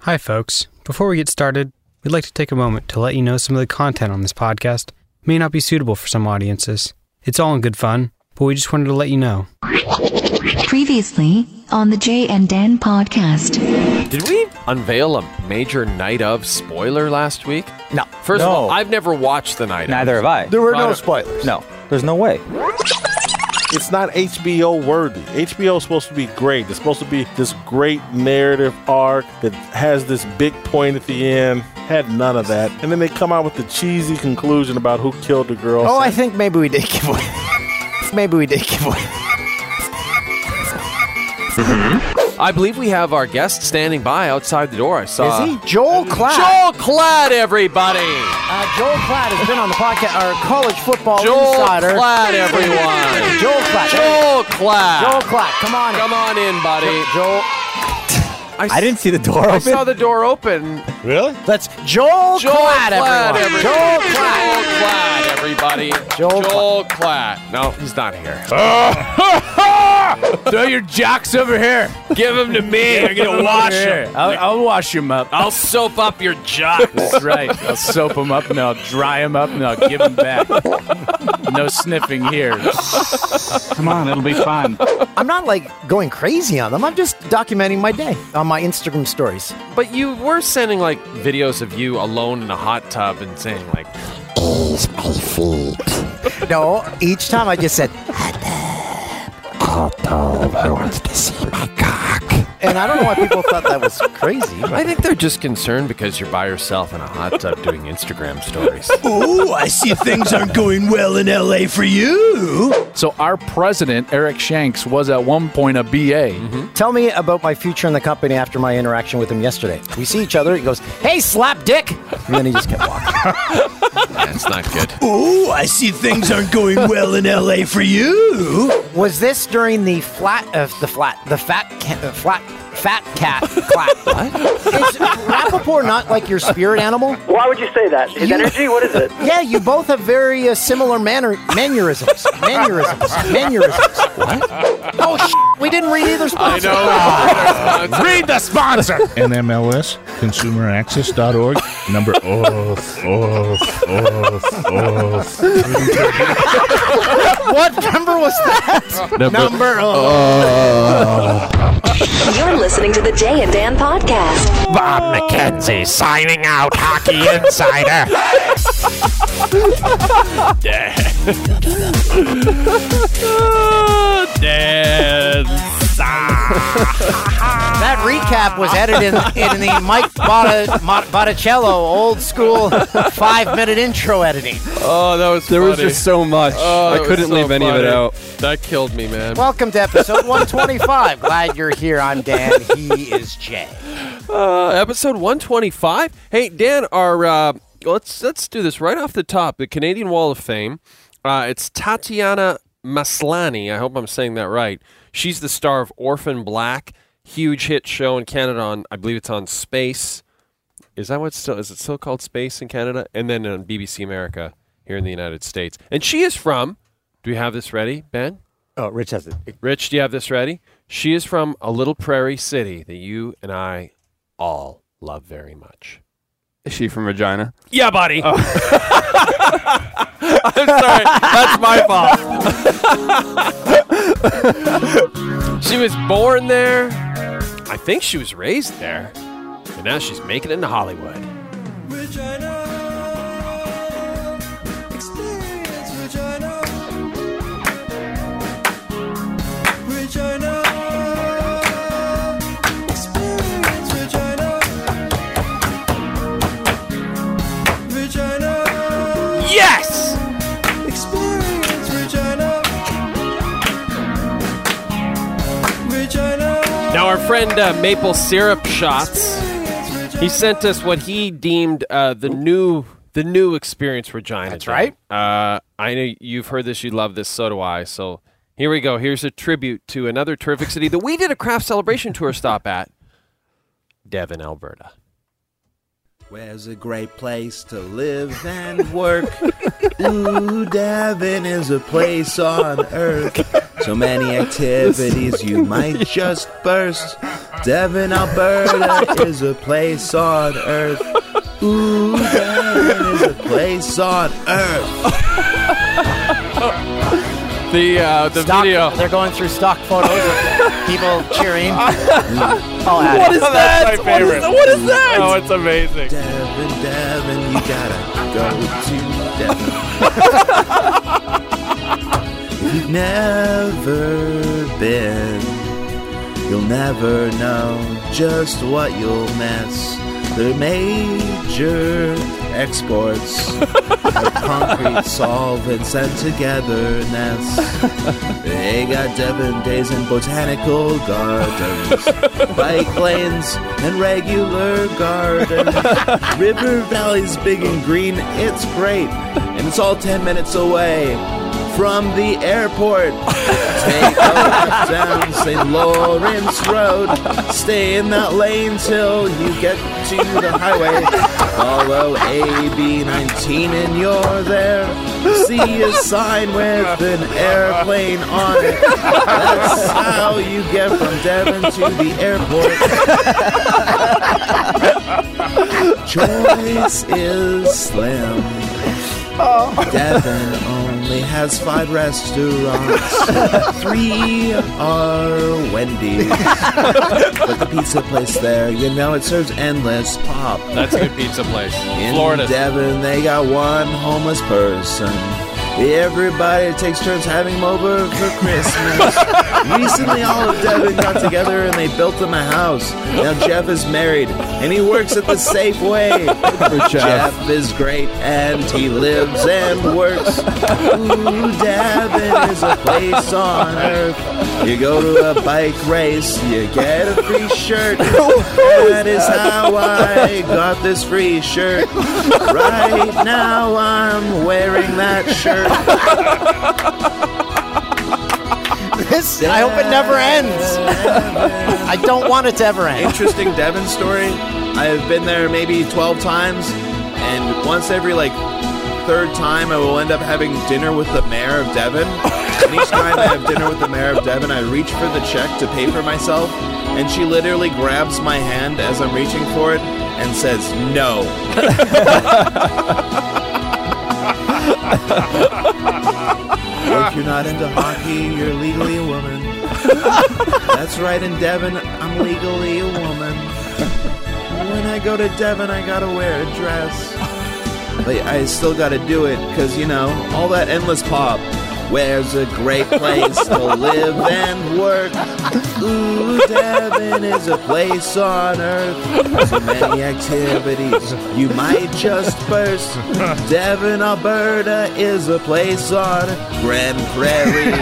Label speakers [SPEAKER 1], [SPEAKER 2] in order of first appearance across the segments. [SPEAKER 1] Hi, folks. Before we get started, we'd like to take a moment to let you know some of the content on this podcast may not be suitable for some audiences. It's all in good fun, but we just wanted to let you know.
[SPEAKER 2] Previously on the Jay and Dan podcast.
[SPEAKER 3] Did we unveil a major night of spoiler last week?
[SPEAKER 4] No.
[SPEAKER 3] First of
[SPEAKER 5] No.
[SPEAKER 3] all, I've never watched the night
[SPEAKER 4] Neither
[SPEAKER 3] of.
[SPEAKER 4] have I.
[SPEAKER 5] There were
[SPEAKER 3] Right.
[SPEAKER 5] no spoilers.
[SPEAKER 4] No, there's no way.
[SPEAKER 5] It's not HBO worthy. HBO is supposed to be great. It's supposed to be this great narrative arc that has this big point at the end. Had none of that. And then they come out with the cheesy conclusion about who killed the girl.
[SPEAKER 6] Oh, I think maybe we did give away. maybe we did give away.
[SPEAKER 3] I believe we have our guest standing by outside the door. I saw.
[SPEAKER 6] Is he Joel Klatt?
[SPEAKER 3] Joel Clad, everybody.
[SPEAKER 6] Uh, Joel Klatt has been on the podcast, our college football
[SPEAKER 3] Joel
[SPEAKER 6] insider.
[SPEAKER 3] Klatt, everyone.
[SPEAKER 6] Joel Klatt.
[SPEAKER 3] Joel
[SPEAKER 6] Joel
[SPEAKER 3] Clad.
[SPEAKER 6] Klatt. Come on.
[SPEAKER 3] Come on in, buddy.
[SPEAKER 6] Joel.
[SPEAKER 4] I didn't see the door
[SPEAKER 3] I
[SPEAKER 4] open.
[SPEAKER 3] saw the door open.
[SPEAKER 5] really?
[SPEAKER 6] Let's Joel,
[SPEAKER 3] Joel
[SPEAKER 6] Klatt,
[SPEAKER 3] Klatt,
[SPEAKER 6] everyone.
[SPEAKER 3] everybody.
[SPEAKER 6] Joel Klatt.
[SPEAKER 3] Joel Klatt, everybody.
[SPEAKER 6] Joel
[SPEAKER 3] Joel Klatt. No, he's not here.
[SPEAKER 7] Throw your jocks over here.
[SPEAKER 3] Give him to me. I'm gonna wash him.
[SPEAKER 7] I'll, I'll wash them up.
[SPEAKER 3] I'll soap up your jocks.
[SPEAKER 7] That's right. I'll soap them up and I'll dry them up and I'll give them back. No sniffing here.
[SPEAKER 8] Come on, it'll be fun.
[SPEAKER 6] I'm not like going crazy on them. I'm just documenting my day on my Instagram stories.
[SPEAKER 3] But you were sending like videos of you alone in a hot tub and saying like,
[SPEAKER 6] No, each time I just said, And I don't know why people thought that was crazy. but-
[SPEAKER 3] I think they're just concerned because you're by yourself in a hot tub doing Instagram stories.
[SPEAKER 4] Ooh, I see things aren't going well in LA for you.
[SPEAKER 7] So our president, Eric Shanks, was at one point a BA.
[SPEAKER 6] Tell me about my future in the company after my interaction with him yesterday. We see each other. He goes, "Hey, slap dick," and then he just kept walking.
[SPEAKER 3] That's not good.
[SPEAKER 4] Ooh, I see things aren't going well in LA for you.
[SPEAKER 6] Was this during the flat of the flat the fat ca- uh, flat fat cat clap? what? Is Rappaport not like your spirit animal?
[SPEAKER 9] Why would you say that? His energy? What is it?
[SPEAKER 6] Yeah, you both have very uh, similar manner mannerisms, mannerisms, mannerisms. What? Oh sh! We didn't read either sponsor.
[SPEAKER 7] Mm-hmm. Read the sponsor.
[SPEAKER 10] NMLS, consumeraccess.org, number oath, oath, oath, oath.
[SPEAKER 6] What number was that? Number. Oh.
[SPEAKER 11] You're listening to the Jay and Dan podcast.
[SPEAKER 4] Bob McKenzie signing out, Hockey Insider.
[SPEAKER 6] That recap was edited in, in the Mike Botta, Mot- Botticello old school five minute intro editing.
[SPEAKER 3] Oh, that was
[SPEAKER 4] There was just so much.
[SPEAKER 7] Oh,
[SPEAKER 4] I couldn't leave any of it out.
[SPEAKER 3] That killed me, man.
[SPEAKER 6] Welcome to episode 125. Glad you're here. I'm Dan. He is Jay.
[SPEAKER 3] Uh, episode 125. Hey, Dan, our uh, let's let's do this right off the top. The Canadian Wall of Fame. Uh, it's Tatiana Maslany. I hope I'm saying that right. She's the star of Orphan Black, huge hit show in Canada on I believe it's on Space. Is that what's still is it still called Space in Canada? And then on BBC America here in the United States. And she is from. Do we have this ready, Ben?
[SPEAKER 6] Oh, Rich has it.
[SPEAKER 3] Rich, do you have this ready? She is from a little prairie city that you and I all love very much.
[SPEAKER 8] Is she from Regina?
[SPEAKER 3] Yeah, buddy. Oh. I'm sorry. That's my fault. she was born there. I think she was raised there. And now she's making it into Hollywood. Yes! Now, our friend uh, Maple Syrup Shots, he sent us what he deemed uh, the new the new experience Regina. That's
[SPEAKER 6] right.
[SPEAKER 3] Uh, I know you've heard this, you love this, so do I. So here we go. Here's a tribute to another terrific city that we did a craft celebration tour stop at, Devon, Alberta.
[SPEAKER 8] Where's a great place to live and work? Ooh, Devon is a place on earth. So many activities you might just burst.
[SPEAKER 12] Devon, Alberta is a place on earth. Ooh, Devon is a place on earth.
[SPEAKER 3] The uh, the video.
[SPEAKER 6] They're going through stock photos of people cheering.
[SPEAKER 3] What is that? What is that? What is that?
[SPEAKER 10] Oh, it's amazing.
[SPEAKER 12] Devon, Devon, you gotta go to Devon. if you've never been, you'll never know just what you'll miss. The major exports of concrete solvents and togetherness. They got Devon days in botanical gardens, bike lanes and regular gardens. River Valley's big and green, it's great. And it's all 10 minutes away from the airport. Take over down St. Lawrence Road. Stay in that lane till you get to the highway. Follow AB 19 and you're there. See a sign with an airplane on it. That's how you get from Devon to the airport. Choice is slim. Devon only has five restaurants. Three are Wendy's. but the pizza place there, you know, it serves endless pop.
[SPEAKER 3] That's a good pizza place.
[SPEAKER 12] In
[SPEAKER 3] Florida.
[SPEAKER 12] Devon, they got one homeless person. Everybody takes turns having them over for Christmas. Recently, all of Devon got together and they built them a house. Now Jeff is married and he works at the Safeway. Jeff. is great and he lives and works. Ooh, Devon is a place on earth. You go to a bike race, you get a free shirt. That is how I got this free shirt. Right now I'm wearing that shirt.
[SPEAKER 6] This, I hope it never ends. I don't want it to ever end.
[SPEAKER 12] Interesting Devon story. I've been there maybe 12 times, and once every like third time, I will end up having dinner with the mayor of Devon. And each time I have dinner with the mayor of Devon, I reach for the check to pay for myself, and she literally grabs my hand as I'm reaching for it and says, No. If you're not into hockey, you're legally a woman. That's right, in Devon, I'm legally a woman. When I go to Devon, I gotta wear a dress. But I still gotta do it, cause you know, all that endless pop. Where's a great place to live and work? Ooh, Devon is a place on earth. So many activities, you might just burst. Devon, Alberta is a place on Grand Prairie.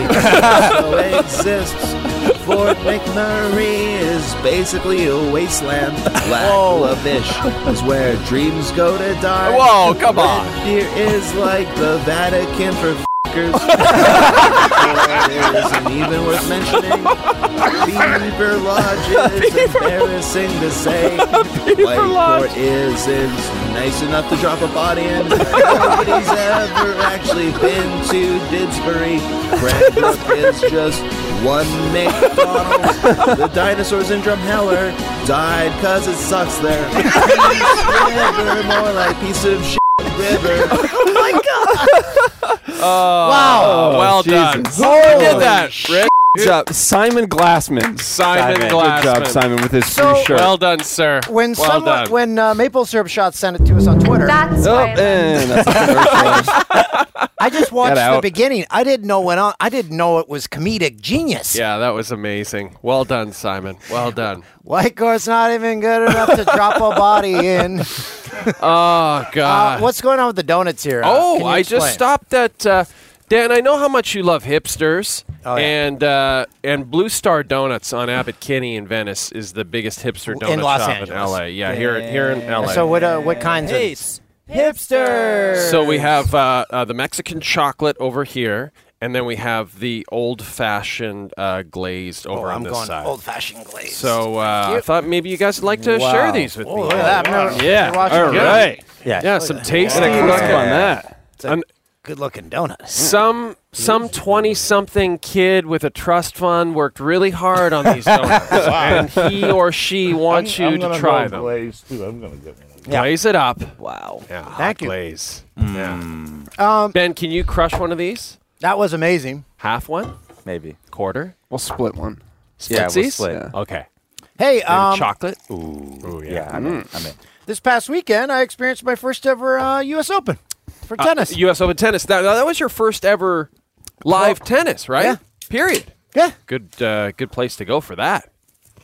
[SPEAKER 12] so exists. Fort McMurray is basically a wasteland. Lacklubish is where dreams go to die.
[SPEAKER 3] Whoa, oh, come on.
[SPEAKER 12] Red Deer is like the Vatican for f***ers. It isn't even worth mentioning. Beaver Lodge is embarrassing to say. Whiteport is, is nice enough to drop a body in. Nobody's ever actually been to Didsbury. Cranbrook is just one McDonald's. The dinosaurs in Drumheller died cause it sucks there. Peace River, more like piece of shit river.
[SPEAKER 6] wow.
[SPEAKER 3] Oh, well done.
[SPEAKER 7] Jesus.
[SPEAKER 3] Who did that? Rick?
[SPEAKER 7] Good job, Simon Glassman.
[SPEAKER 3] Simon
[SPEAKER 7] Good job,
[SPEAKER 3] Glassman.
[SPEAKER 7] Simon, with his
[SPEAKER 6] So-
[SPEAKER 7] free shirt.
[SPEAKER 3] Well done, sir.
[SPEAKER 6] When
[SPEAKER 3] well
[SPEAKER 6] someone,
[SPEAKER 3] done.
[SPEAKER 6] when uh, Maple Syrup Shot sent it to us on Twitter,
[SPEAKER 2] That's
[SPEAKER 7] oh,
[SPEAKER 2] why.
[SPEAKER 7] and that's the
[SPEAKER 6] I just watched the
[SPEAKER 7] out.
[SPEAKER 6] beginning. I didn't know when on. I didn't know it was comedic genius.
[SPEAKER 3] yeah, that was amazing. Well done, Simon. Well done.
[SPEAKER 6] White core's not even good enough to drop a body in.
[SPEAKER 3] Oh
[SPEAKER 6] Uh,
[SPEAKER 3] God.
[SPEAKER 6] what's going on with the donuts here? Uh, can
[SPEAKER 3] Oh,
[SPEAKER 6] you
[SPEAKER 3] I just
[SPEAKER 6] explain?
[SPEAKER 3] stopped at uh, Dan. I know how much you love hipsters,
[SPEAKER 6] Oh, yeah.
[SPEAKER 3] and uh, and Blue Star Donuts on Abbot Kinney in Venice is the biggest hipster donut
[SPEAKER 6] Los
[SPEAKER 3] shop in
[SPEAKER 6] Angeles.
[SPEAKER 3] L.A. Yeah, here here in L.A.
[SPEAKER 6] So what? Uh, what kinds of these? hipsters?
[SPEAKER 3] So we have uh, uh, the Mexican chocolate over here, and then we have the old-fashioned uh, glazed over
[SPEAKER 6] Oh,
[SPEAKER 3] on
[SPEAKER 6] I'm
[SPEAKER 3] this
[SPEAKER 6] going
[SPEAKER 3] side.
[SPEAKER 6] old-fashioned glaze.
[SPEAKER 3] so uh, I thought maybe you guys would like to share these with
[SPEAKER 6] oh,
[SPEAKER 3] me.
[SPEAKER 6] look at that. I've never-
[SPEAKER 7] Yeah,
[SPEAKER 6] never watched it.
[SPEAKER 7] all right.
[SPEAKER 3] Yeah, some tasty.
[SPEAKER 7] Get a click on that.
[SPEAKER 3] Un-
[SPEAKER 6] good looking donut.
[SPEAKER 3] Some some twenty something kid with a trust fund worked really hard on these donuts, and he or she
[SPEAKER 10] I'm-
[SPEAKER 3] wants you
[SPEAKER 10] I'm
[SPEAKER 3] to
[SPEAKER 10] gonna
[SPEAKER 3] try
[SPEAKER 10] go
[SPEAKER 3] them.
[SPEAKER 10] Blaze too. I'm gonna get one.
[SPEAKER 3] Blaze it up! Wow. Yeah,
[SPEAKER 6] Thank
[SPEAKER 3] hot
[SPEAKER 6] you.
[SPEAKER 3] Glaze.
[SPEAKER 6] Um,
[SPEAKER 3] ben, can you crush one of these?
[SPEAKER 6] That was amazing.
[SPEAKER 3] Half one,
[SPEAKER 13] maybe
[SPEAKER 3] quarter.
[SPEAKER 13] We'll split one. we'll
[SPEAKER 3] Yeah, Splitsies?
[SPEAKER 13] split.
[SPEAKER 3] Okay.
[SPEAKER 6] Hey,
[SPEAKER 13] Maybe
[SPEAKER 6] um,
[SPEAKER 3] chocolate. Mm.
[SPEAKER 13] Ooh, yeah. I'm in. I'm in.
[SPEAKER 6] this past weekend I experienced my first ever uh, U.S. Open for
[SPEAKER 3] Uh,
[SPEAKER 6] tennis.
[SPEAKER 3] U.S. Open tennis. That, that was your first ever live tennis, right? Yeah. Period.
[SPEAKER 6] Yeah.
[SPEAKER 3] Good. Uh, good place to go for that.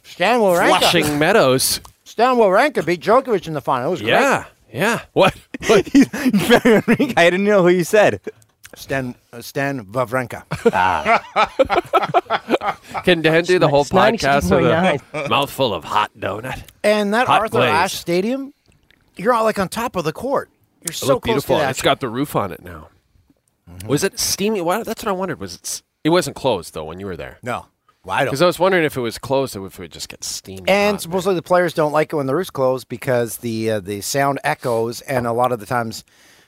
[SPEAKER 6] Stan Wawrinka.
[SPEAKER 3] Flushing Meadows.
[SPEAKER 6] Stan Wawrinka beat Djokovic in the final. It was
[SPEAKER 3] Yeah. Yeah. What?
[SPEAKER 6] great. I didn't know who you said. Stan uh, Stan Wawrinka.
[SPEAKER 3] Can Dan do the whole
[SPEAKER 6] It's nice.
[SPEAKER 3] podcast with
[SPEAKER 6] Yeah.
[SPEAKER 3] a mouthful of hot donut?
[SPEAKER 6] And that
[SPEAKER 3] Hot
[SPEAKER 6] Arthur
[SPEAKER 3] Blaze.
[SPEAKER 6] Ashe Stadium, you're all like on top of the court. You're
[SPEAKER 3] It
[SPEAKER 6] so
[SPEAKER 3] looked
[SPEAKER 6] close
[SPEAKER 3] beautiful.
[SPEAKER 6] to that. Mm-hmm.
[SPEAKER 3] It's got the roof on it now. Was it steamy? Why, that's what I wondered. Was it? s- It wasn't closed though when you were there.
[SPEAKER 6] No. Why don't-
[SPEAKER 3] Because I was wondering if it was closed or if it would just get steamy.
[SPEAKER 6] And supposedly the players don't like it when the roof's closed because the uh, the sound echoes, and a lot of the times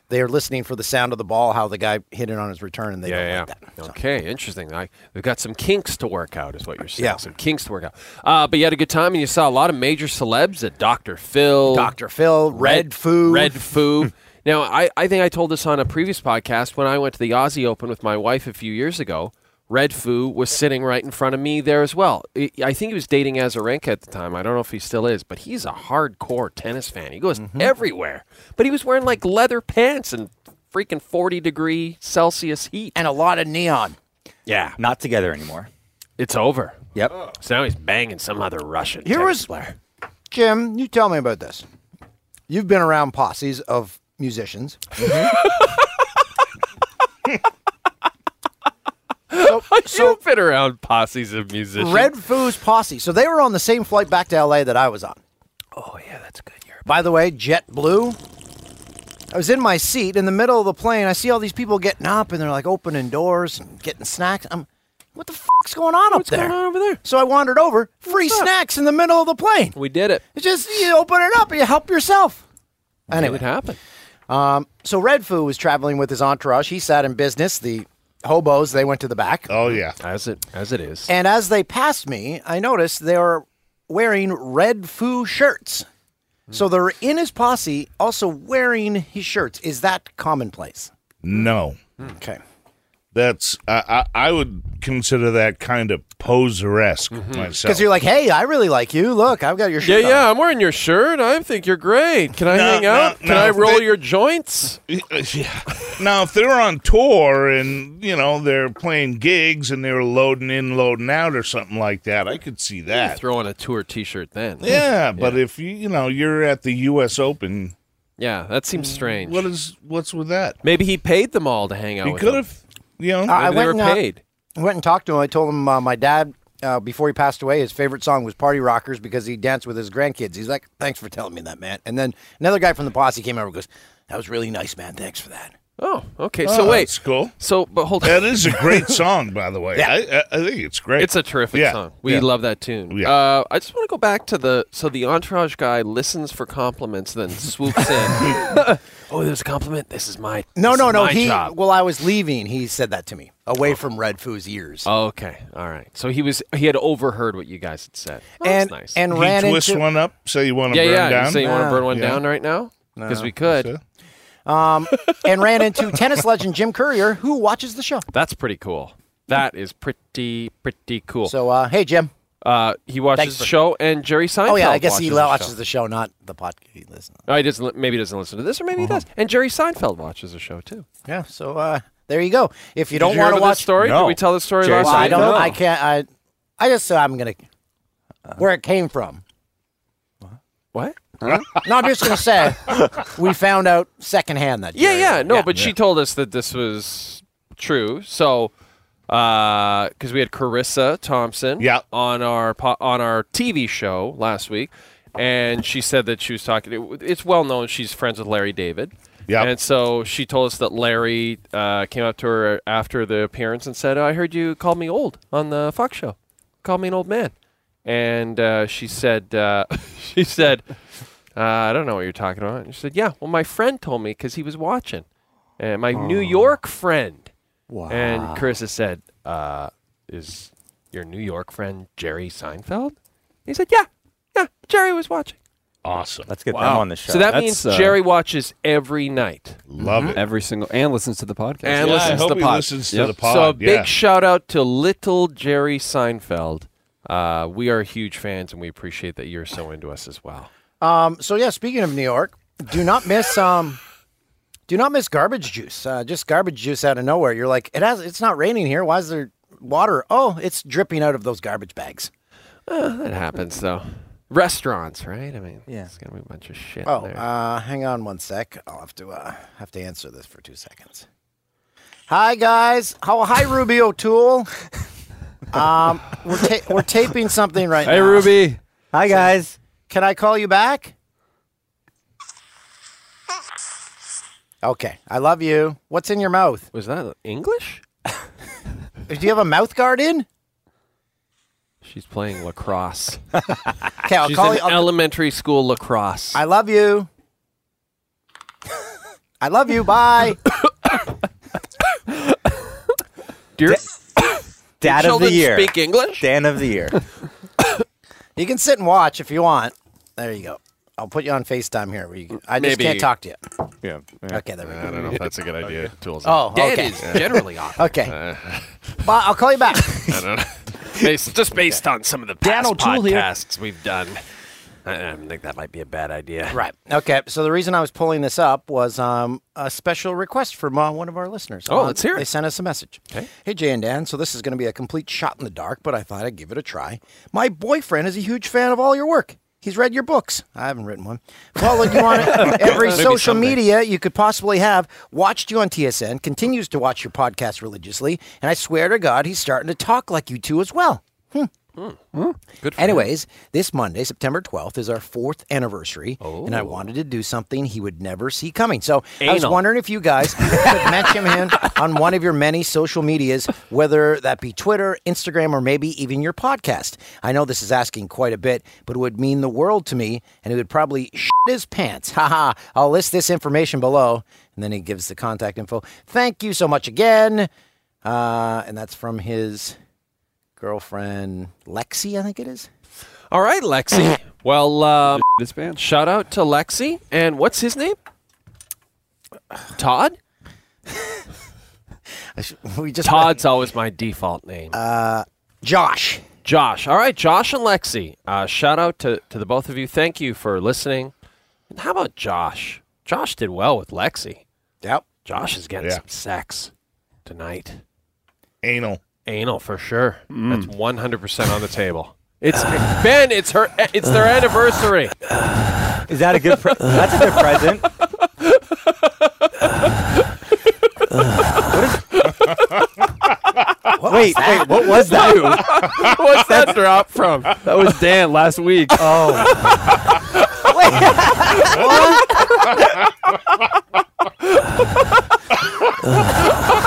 [SPEAKER 6] they are listening for the sound of the ball, how the guy hit it on his return, and they don't
[SPEAKER 3] yeah,
[SPEAKER 6] like that.
[SPEAKER 3] yeah. Okay, interesting. I, we've got some kinks to work out, is what you're saying.
[SPEAKER 6] Yeah.
[SPEAKER 3] Some kinks to work out. Uh, but you had a good time, and you saw a lot of major celebs at Dr. Phil,
[SPEAKER 6] Dr. Phil, Red Food.
[SPEAKER 3] Red Foo. now, I, I think I told this on a previous podcast when I went to the Aussie Open with my wife a few years ago. Red Foo was sitting right in front of me there as well. I I think he was dating Azarenka at the time. I don't know if he still is, but he's a hardcore tennis fan. He goes
[SPEAKER 6] Mm-hmm.
[SPEAKER 3] everywhere. But he was wearing like leather pants and freaking 40 degree Celsius heat.
[SPEAKER 6] And a lot of neon.
[SPEAKER 3] Yeah.
[SPEAKER 13] Not together anymore.
[SPEAKER 3] It's over. Oh.
[SPEAKER 13] Yep.
[SPEAKER 3] So now he's banging some other Russian.
[SPEAKER 6] Here
[SPEAKER 3] tennis
[SPEAKER 6] was-
[SPEAKER 3] player.
[SPEAKER 6] Jim, you tell me about this. You've been around posses of musicians.
[SPEAKER 3] Mm-hmm.
[SPEAKER 6] so, so
[SPEAKER 3] You've been around posses of musicians.
[SPEAKER 6] Red Foo's posse. So they were on the same flight back to LA that I was on.
[SPEAKER 3] Oh yeah, that's good.
[SPEAKER 6] By the way, JetBlue. I was in my seat in the middle of the plane. I see all these people getting up and they're like opening doors and getting snacks. I'm, what the fuck's going on up there?
[SPEAKER 3] Uh-huh, over there?
[SPEAKER 6] So I wandered over. Free
[SPEAKER 3] up?
[SPEAKER 6] snacks in the middle of the plane.
[SPEAKER 3] We did it.
[SPEAKER 6] It's just you open it up and you help yourself.
[SPEAKER 3] It
[SPEAKER 6] Anyway,
[SPEAKER 3] would happen.
[SPEAKER 6] um, so Red Foo was traveling with his entourage. He sat in business. The hobos they went to the back.
[SPEAKER 10] Oh yeah.
[SPEAKER 3] As it as it is.
[SPEAKER 6] And as they passed me, I noticed they were wearing Red Foo shirts. So
[SPEAKER 3] Hmm.
[SPEAKER 6] they're in his posse, also wearing his shirts. Is that commonplace?
[SPEAKER 10] No.
[SPEAKER 6] Okay.
[SPEAKER 10] That's I, I I would consider that kind of poseresque
[SPEAKER 14] Mm-hmm.
[SPEAKER 10] myself.
[SPEAKER 6] Because you're like, hey, I really like you. Look, I've got your
[SPEAKER 3] Yeah,
[SPEAKER 6] shirt. on."
[SPEAKER 3] yeah, I'm wearing your shirt. I think you're great. Can I
[SPEAKER 10] No,
[SPEAKER 3] hang
[SPEAKER 10] no,
[SPEAKER 3] out? Can
[SPEAKER 10] no,
[SPEAKER 3] I roll
[SPEAKER 10] they-
[SPEAKER 3] your joints?
[SPEAKER 10] uh, yeah. Now, if they're on tour and you know they're playing gigs and they're loading in, loading out, or something like that, I could see
[SPEAKER 3] You
[SPEAKER 10] that.
[SPEAKER 3] throw on a tour T-shirt then.
[SPEAKER 10] Yeah, but if you you know you're at the U.S. Open,
[SPEAKER 3] yeah, that seems strange.
[SPEAKER 10] what is what's with that?
[SPEAKER 3] Maybe he paid them all to hang
[SPEAKER 14] Oh,
[SPEAKER 3] out.
[SPEAKER 10] He
[SPEAKER 3] with
[SPEAKER 10] could
[SPEAKER 3] him.
[SPEAKER 10] have, you know.
[SPEAKER 6] I
[SPEAKER 3] Maybe they
[SPEAKER 6] went
[SPEAKER 3] were
[SPEAKER 6] and, uh,
[SPEAKER 3] paid.
[SPEAKER 6] I went and talked to him. I told him uh, my dad, uh, before he passed away, his favorite song was Party Rockers because he danced with his grandkids. He's like, thanks for telling me that, man. And then another guy from the posse came over and goes, that was really nice, man. Thanks for that.
[SPEAKER 3] Oh, okay. So wait.
[SPEAKER 10] that's cool.
[SPEAKER 3] So, but hold on.
[SPEAKER 10] That is a great song, by the way. I, I, I think it's great.
[SPEAKER 3] It's a terrific
[SPEAKER 10] Yeah,
[SPEAKER 3] song. We
[SPEAKER 10] yeah.
[SPEAKER 3] love that tune.
[SPEAKER 10] Yeah.
[SPEAKER 3] Uh, I just want to go back to the so the entourage guy listens for compliments, then swoops in. oh, there's a compliment. This is my
[SPEAKER 6] No,
[SPEAKER 3] this
[SPEAKER 6] no,
[SPEAKER 3] is
[SPEAKER 6] no.
[SPEAKER 3] my
[SPEAKER 6] He,
[SPEAKER 3] job. Oh.
[SPEAKER 6] well, I was leaving. He said that to me away from Red Foo's ears.
[SPEAKER 3] okay, all right. So he was he had overheard what you guys had said. Well,
[SPEAKER 6] and
[SPEAKER 3] that's nice.
[SPEAKER 6] and
[SPEAKER 10] He
[SPEAKER 6] ran
[SPEAKER 10] twist
[SPEAKER 6] into
[SPEAKER 10] one up, so you want to
[SPEAKER 3] yeah,
[SPEAKER 10] burn
[SPEAKER 3] yeah.
[SPEAKER 10] down.
[SPEAKER 3] You say you want to
[SPEAKER 6] Yeah.
[SPEAKER 3] burn one
[SPEAKER 10] Yeah.
[SPEAKER 3] down right now because
[SPEAKER 6] No.
[SPEAKER 3] we could.
[SPEAKER 10] So-
[SPEAKER 6] um, and ran into tennis legend Jim Courier, who watches the show.
[SPEAKER 3] That's pretty cool. That is pretty pretty cool.
[SPEAKER 6] So, uh, hey Jim.
[SPEAKER 3] uh, he watches
[SPEAKER 6] Thanks
[SPEAKER 3] the
[SPEAKER 6] for-
[SPEAKER 3] show, and Jerry Seinfeld.
[SPEAKER 6] oh yeah, I guess he
[SPEAKER 3] watches
[SPEAKER 6] watches
[SPEAKER 3] The show.
[SPEAKER 6] the show, not the podcast. He listens.
[SPEAKER 3] Oh, he doesn't. Maybe he doesn't listen to this, or maybe he does. And Jerry Seinfeld watches the show too.
[SPEAKER 6] Yeah. So uh, there you go. If you don't
[SPEAKER 3] Did you hear
[SPEAKER 6] want
[SPEAKER 3] about
[SPEAKER 6] to
[SPEAKER 3] this
[SPEAKER 6] watch
[SPEAKER 3] story?
[SPEAKER 13] No.
[SPEAKER 3] Did we tell the story
[SPEAKER 13] Jerry
[SPEAKER 3] last
[SPEAKER 6] well, I
[SPEAKER 3] week?
[SPEAKER 6] don't. I can't. I I just said I'm gonna where it came from.
[SPEAKER 3] What?
[SPEAKER 6] No, I'm just gonna say we found out secondhand that.
[SPEAKER 3] Yeah,
[SPEAKER 6] Jerry-
[SPEAKER 3] yeah. No, but she told us that this was true. So, because we had Carissa Thompson
[SPEAKER 10] Yeah.
[SPEAKER 3] on our po- on our TV show last week, and she said that she was talking. it- it's well known she's friends with Larry David.
[SPEAKER 10] Yeah.
[SPEAKER 3] And so she told us that Larry uh, came up to her after the appearance and said, "I heard you call me old on the Fox show. Call me an old man." And uh, she said, uh, "She said, uh, I don't know what you're talking about." And she said, "Yeah, well, my friend told me because he was watching." and my New York friend. And Carissa said, uh, "Is your New York friend Jerry Seinfeld?" He said, "Yeah, yeah. Jerry was watching."
[SPEAKER 10] Awesome.
[SPEAKER 13] Let's get them
[SPEAKER 3] Wow.
[SPEAKER 13] on the show.
[SPEAKER 3] So that
[SPEAKER 13] That's,
[SPEAKER 3] means
[SPEAKER 13] uh,
[SPEAKER 3] Jerry watches every night.
[SPEAKER 10] Love it.
[SPEAKER 13] Every single and listens to the podcast.
[SPEAKER 3] And listens to the pod. Yep. So a big shout out to little Jerry Seinfeld. Uh, we are huge fans and we appreciate that you're so into us as well.
[SPEAKER 6] Um, so yeah, speaking of New York, do not miss um, do not miss garbage juice. Uh, just garbage juice out of nowhere. You're like, it has. It's not raining here. Why is there water? Oh, it's dripping out of those garbage bags.
[SPEAKER 3] That happens though. Restaurants, right? I mean, yeah. it's gonna be a bunch of shit.
[SPEAKER 6] Oh,
[SPEAKER 3] there.
[SPEAKER 6] uh, hang on one sec. I'll have to uh, have to answer this for two seconds. Hi guys. How hi Ruby O'Toole. um, we're ta- we're taping something right
[SPEAKER 13] Hey,
[SPEAKER 6] now.
[SPEAKER 13] Ruby.
[SPEAKER 6] Hi guys. Can I call you back? Okay. I love you. What's in your mouth?
[SPEAKER 3] Was that English?
[SPEAKER 6] Do you have a mouth guard in?
[SPEAKER 3] She's playing lacrosse.
[SPEAKER 6] Okay, I'll
[SPEAKER 3] She's
[SPEAKER 6] call
[SPEAKER 3] in
[SPEAKER 6] you- I'll-
[SPEAKER 3] elementary school lacrosse.
[SPEAKER 6] I love you. I love you. Bye.
[SPEAKER 3] Dear,
[SPEAKER 13] Dad of the
[SPEAKER 6] children
[SPEAKER 13] year.
[SPEAKER 6] speak English?
[SPEAKER 13] Dan of the year.
[SPEAKER 6] you can sit and watch if you want. There you go. I'll put you on FaceTime here. Where you can, I just
[SPEAKER 3] Maybe-
[SPEAKER 6] can't talk to you.
[SPEAKER 13] Yeah. Uh,
[SPEAKER 6] Okay, there we go.
[SPEAKER 3] I don't know if that's a good idea. Tools.
[SPEAKER 6] Oh,
[SPEAKER 3] Dad
[SPEAKER 6] okay.
[SPEAKER 3] is generally awful.
[SPEAKER 6] Okay.
[SPEAKER 3] Uh,
[SPEAKER 6] Bye. I'll call you back.
[SPEAKER 3] I don't know. Based, just based on some of the
[SPEAKER 6] Dan
[SPEAKER 3] past
[SPEAKER 6] O'Toole here.
[SPEAKER 3] podcasts we've done, I, I think that might be a bad idea.
[SPEAKER 6] Right. Okay. So the reason I was pulling this up was um, a special request from uh, one of our listeners.
[SPEAKER 3] Oh,
[SPEAKER 6] Uh,
[SPEAKER 3] let's hear it.
[SPEAKER 6] They sent us a message. Okay. Hey, Jay and Dan. So this is going to be a complete shot in the dark, but I thought I'd give it a try. My boyfriend is a huge fan of all your work. He's read your books. I haven't written one. Followed you on every
[SPEAKER 14] Maybe
[SPEAKER 6] social
[SPEAKER 14] someday.
[SPEAKER 6] media you could possibly have. Watched you on TSN. Continues to watch your podcast religiously. And I swear to God, he's starting to talk like you two as well. Hmm. Anyways, this Monday, September 12th, is our fourth anniversary, and I wanted to do something he would never see coming. So I was
[SPEAKER 14] Anal.
[SPEAKER 6] wondering if you guys could mention him on one of your many social medias, whether that be Twitter, Instagram, or maybe even your podcast. I know this is asking quite a bit, but it would mean the world to me, and it would probably shit his pants. Haha. I'll list this information below, and then he gives the contact info. Thank you so much again. Uh, and that's from his girlfriend Lexi, I think it is.
[SPEAKER 3] All right, Lexi. well, um, shout out to Lexi. And what's his name? Todd?
[SPEAKER 6] we just
[SPEAKER 3] Todd's always my default name.
[SPEAKER 6] Uh, Josh.
[SPEAKER 3] Josh. All right, Josh and Lexi. Uh, shout out to, to the both of you. Thank you for listening. And how about Josh? Josh did well with Lexi.
[SPEAKER 6] Yep.
[SPEAKER 3] Josh is getting
[SPEAKER 10] Yeah.
[SPEAKER 3] some sex tonight.
[SPEAKER 10] Anal.
[SPEAKER 3] Anal for sure. That's one hundred percent on the table. It's Ben. It's her. It's their anniversary.
[SPEAKER 13] Is that a good? Pre- that's a good present. wait, wait, what was that?
[SPEAKER 3] What's that drop from?
[SPEAKER 13] That was Dan last week. Oh,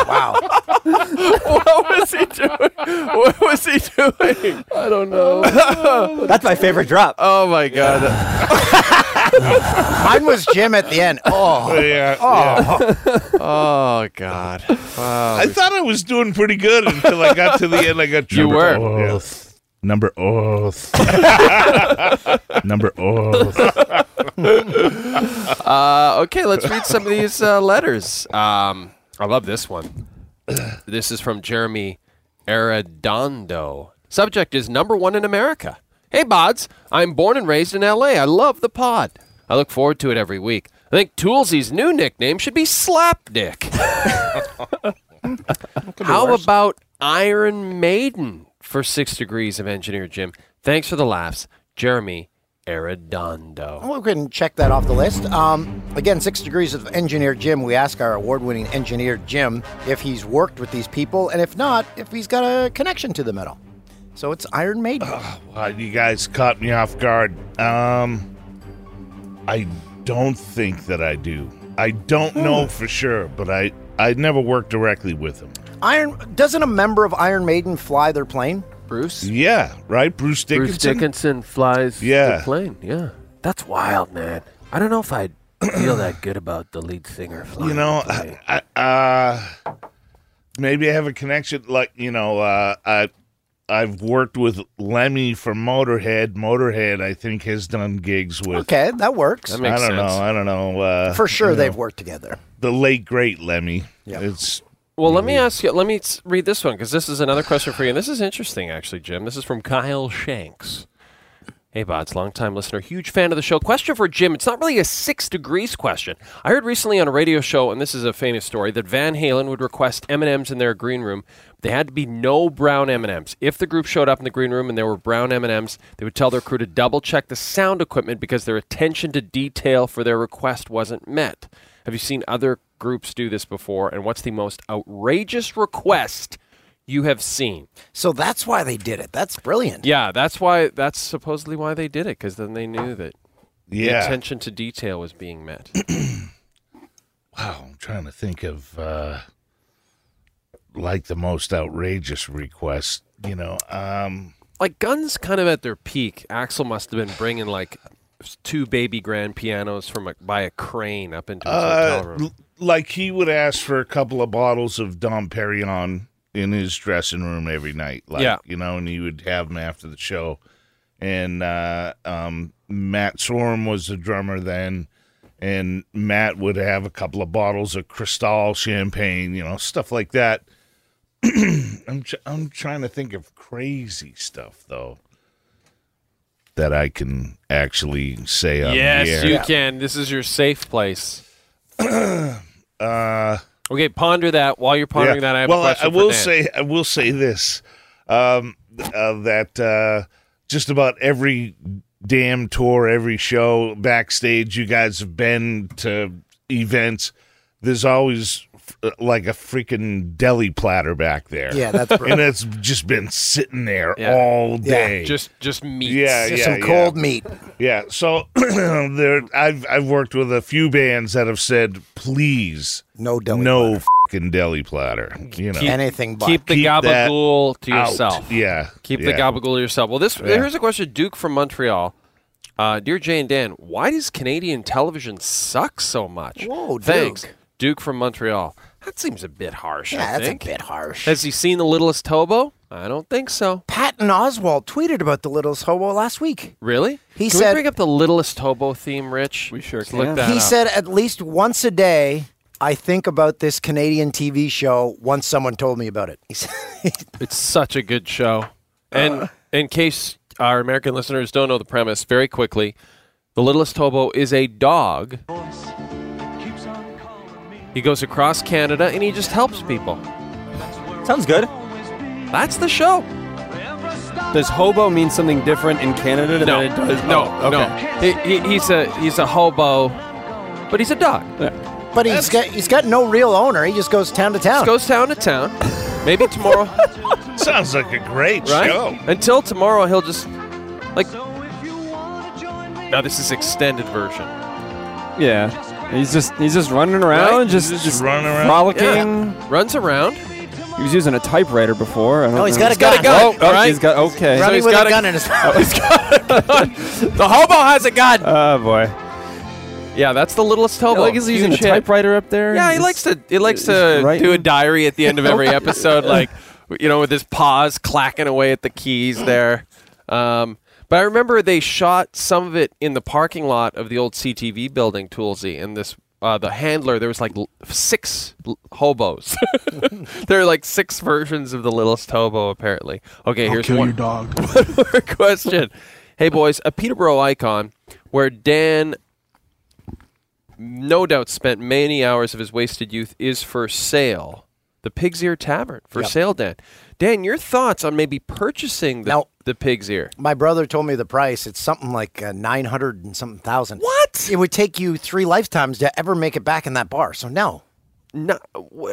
[SPEAKER 6] wow.
[SPEAKER 3] what was he doing? What was he doing? I don't know.
[SPEAKER 13] that's my favorite drop.
[SPEAKER 3] Oh my god.
[SPEAKER 6] Mine was Jim at the end. Oh,
[SPEAKER 10] yeah.
[SPEAKER 6] Oh.
[SPEAKER 3] oh God. Wow.
[SPEAKER 10] I thought I was doing pretty good until I got to the end. I got
[SPEAKER 3] You were.
[SPEAKER 10] oath. number oath. number oath.
[SPEAKER 3] uh, okay, let's read some of these uh, letters. Um, I love this one. this is from Jeremy Arredondo. Subject is number one in America. Hey, Bods. I'm born and raised in LA. I love the pod. I look forward to it every week. I think Toolsy's new nickname should be Slapdick. How about Iron Maiden for Six Degrees of Engineer Jim? Thanks for the laughs, Jeremy Arredondo.
[SPEAKER 6] Well, we can check that off the list. Um, again, Six Degrees of Engineer Jim. We ask our award winning engineer Jim if he's worked with these people, and if not, if he's got a connection to them at all. So it's Iron Maiden.
[SPEAKER 10] Wow, you guys caught me off guard. Um, I don't think that I do. I don't know for sure, but I I never worked directly with him.
[SPEAKER 6] Iron doesn't a member of Iron Maiden fly their plane?
[SPEAKER 3] Bruce?
[SPEAKER 10] Yeah, right. Bruce Dickinson.
[SPEAKER 3] Bruce Dickinson flies
[SPEAKER 10] Yeah.
[SPEAKER 3] the plane. Yeah, that's wild, man. I don't know if I'd
[SPEAKER 6] feel that good about the lead singer.
[SPEAKER 10] you know, I, I, uh, maybe I have a connection. Like you know, uh, I I've worked with Lemmy from Motorhead. Motorhead, I think, has done gigs with.
[SPEAKER 6] Okay, that works. That makes
[SPEAKER 10] I don't
[SPEAKER 6] sense.
[SPEAKER 10] know. I don't know. Uh,
[SPEAKER 6] For sure,
[SPEAKER 10] you
[SPEAKER 6] they've
[SPEAKER 10] know,
[SPEAKER 6] worked together.
[SPEAKER 10] The late great Lemmy. Yeah, it's
[SPEAKER 3] Well, let me ask you. Let me s- read this one because this is another question for you, and this is interesting, actually, Jim. This is from Kyle Shanks. Hey, Bods, longtime listener, huge fan of the show. Question for Jim. It's not really a six degrees question. I heard recently on a radio show, and this is a famous story, that Van Halen would request M and M's in their green room. They had to be no brown M and M's. If the group showed up in the green room and there were brown M and M's, they would tell their crew to double check the sound equipment because their attention to detail for their request wasn't met. Have you seen other groups do this before? And what's the most outrageous request you have seen?
[SPEAKER 6] So that's why they did it. That's brilliant.
[SPEAKER 3] Yeah, that's why. That's supposedly why they did it because then they knew that
[SPEAKER 10] Yeah.
[SPEAKER 3] the attention to detail was being met.
[SPEAKER 10] wow. Oh, I'm trying to think of uh, like the most outrageous request. You know, um,
[SPEAKER 3] like Guns, kind of at their peak, Axel must have been bringing like two baby grand pianos from a, by a crane up into his hotel
[SPEAKER 10] uh,
[SPEAKER 3] room.
[SPEAKER 10] l- like he would ask for a couple of bottles of Dom Perignon in his dressing room every night. Like,
[SPEAKER 3] Yeah.
[SPEAKER 10] you know, and he would have them after the show. And uh, um, Matt Sorum was the drummer then, and Matt would have a couple of bottles of Cristal champagne, you know, stuff like that. I'm tr- I'm trying to think of crazy stuff though. that I can actually say on
[SPEAKER 3] Yes,
[SPEAKER 10] the air.
[SPEAKER 3] you can. This is your safe place.
[SPEAKER 10] uh,
[SPEAKER 3] okay, ponder that. While you're pondering that, I have
[SPEAKER 10] well,
[SPEAKER 3] a question
[SPEAKER 10] I, will
[SPEAKER 3] for Dan.
[SPEAKER 10] say I will say this um, uh, that uh, just about every damn tour, every show, backstage, you guys have been to events. There's always uh, like a freaking deli platter back there.
[SPEAKER 3] Yeah, that's
[SPEAKER 10] and
[SPEAKER 3] brilliant.
[SPEAKER 10] it's just been sitting there
[SPEAKER 3] Yeah.
[SPEAKER 10] all day.
[SPEAKER 3] Just just meat.
[SPEAKER 10] Yeah, yeah, yeah. Yeah, so there, I've I've worked with a few bands that have said, please,
[SPEAKER 6] no deli,
[SPEAKER 10] no fucking deli platter, you know,
[SPEAKER 3] Keep- Anything but. keep the
[SPEAKER 10] that
[SPEAKER 3] gabagool to
[SPEAKER 10] out.
[SPEAKER 3] yourself.
[SPEAKER 10] Yeah,
[SPEAKER 3] Keep
[SPEAKER 10] yeah.
[SPEAKER 3] the gabagool to yourself. Well, this
[SPEAKER 10] Yeah.
[SPEAKER 3] here's a question, Duke from Montreal. Uh, dear Jay and Dan, why does Canadian television suck so much? Whoa,
[SPEAKER 6] Duke.
[SPEAKER 3] thanks, Duke from Montreal. That seems a bit harsh.
[SPEAKER 6] Yeah,
[SPEAKER 3] I
[SPEAKER 6] that's a
[SPEAKER 3] think.
[SPEAKER 6] bit harsh.
[SPEAKER 3] Has he seen the Littlest Hobo? I don't think so.
[SPEAKER 6] Patton Oswald tweeted about the Littles Hobo last week.
[SPEAKER 3] Really?
[SPEAKER 6] He
[SPEAKER 3] Can
[SPEAKER 6] said-
[SPEAKER 3] we bring up the Littlest Hobo theme, Rich? We sure can. Look that
[SPEAKER 6] he
[SPEAKER 3] up.
[SPEAKER 6] said at least once a day, I think about this Canadian TV show once someone told me about it. He said,
[SPEAKER 3] It's such a good show.
[SPEAKER 13] Uh.
[SPEAKER 3] And in case our American listeners don't know the premise, very quickly, the littlest hobo is a dog. He goes across Canada and he just helps people.
[SPEAKER 13] Sounds good.
[SPEAKER 3] That's the show.
[SPEAKER 13] Does hobo mean something different in Canada than
[SPEAKER 3] No,
[SPEAKER 13] it does?
[SPEAKER 3] no,
[SPEAKER 13] Oh, okay.
[SPEAKER 3] no. He, he, he's a he's a hobo, but he's a dog.
[SPEAKER 6] but he's got he's got no real owner. He just goes town to town.
[SPEAKER 3] Just goes town to town. Maybe tomorrow.
[SPEAKER 10] Sounds like a great
[SPEAKER 3] right?
[SPEAKER 10] show.
[SPEAKER 3] Until tomorrow, he'll just like. Now this is extended version.
[SPEAKER 13] Yeah. He's just he's just running around,
[SPEAKER 3] Right?
[SPEAKER 13] just,
[SPEAKER 3] Just
[SPEAKER 13] just,
[SPEAKER 3] running around.
[SPEAKER 13] frolicking.
[SPEAKER 3] Runs around.
[SPEAKER 13] He was using a typewriter before. I don't
[SPEAKER 6] No, he's
[SPEAKER 13] know.
[SPEAKER 6] got a gun.
[SPEAKER 13] Oh, oh, he's got okay.
[SPEAKER 6] Running
[SPEAKER 13] So
[SPEAKER 6] with
[SPEAKER 13] he's
[SPEAKER 6] a
[SPEAKER 13] got
[SPEAKER 6] gun in his mouth.
[SPEAKER 3] The hobo has a gun.
[SPEAKER 13] Oh boy.
[SPEAKER 3] Yeah, that's the littlest hobo.
[SPEAKER 13] like he's using
[SPEAKER 3] Huge
[SPEAKER 13] a
[SPEAKER 3] hit.
[SPEAKER 13] typewriter up there.
[SPEAKER 3] Yeah, he
[SPEAKER 13] He's-
[SPEAKER 3] likes to. He likes to
[SPEAKER 13] he's writing.
[SPEAKER 3] do a diary at the end of every episode, like you know, with his paws clacking away at the keys there. Um, but I remember they shot some of it in the parking lot of the old CTV building, Toolsy, and this. Uh, the handler, there was like l- six l- hobos. there are like six versions of the littlest hobo, apparently. Okay, here's
[SPEAKER 4] kill
[SPEAKER 3] one.
[SPEAKER 4] your dog.
[SPEAKER 3] one more question. Hey boys, a Peterborough icon where Dan no doubt spent many hours of his wasted youth is for sale. The Pig's Ear Tavern for
[SPEAKER 6] Yep.
[SPEAKER 3] sale, Dan. Dan, your thoughts on maybe purchasing the, the Pig's Ear?
[SPEAKER 6] My brother told me the price. It's something like uh, nine hundred and something thousand. What? It would take you three lifetimes to ever make it back in that bar. So no.
[SPEAKER 3] No,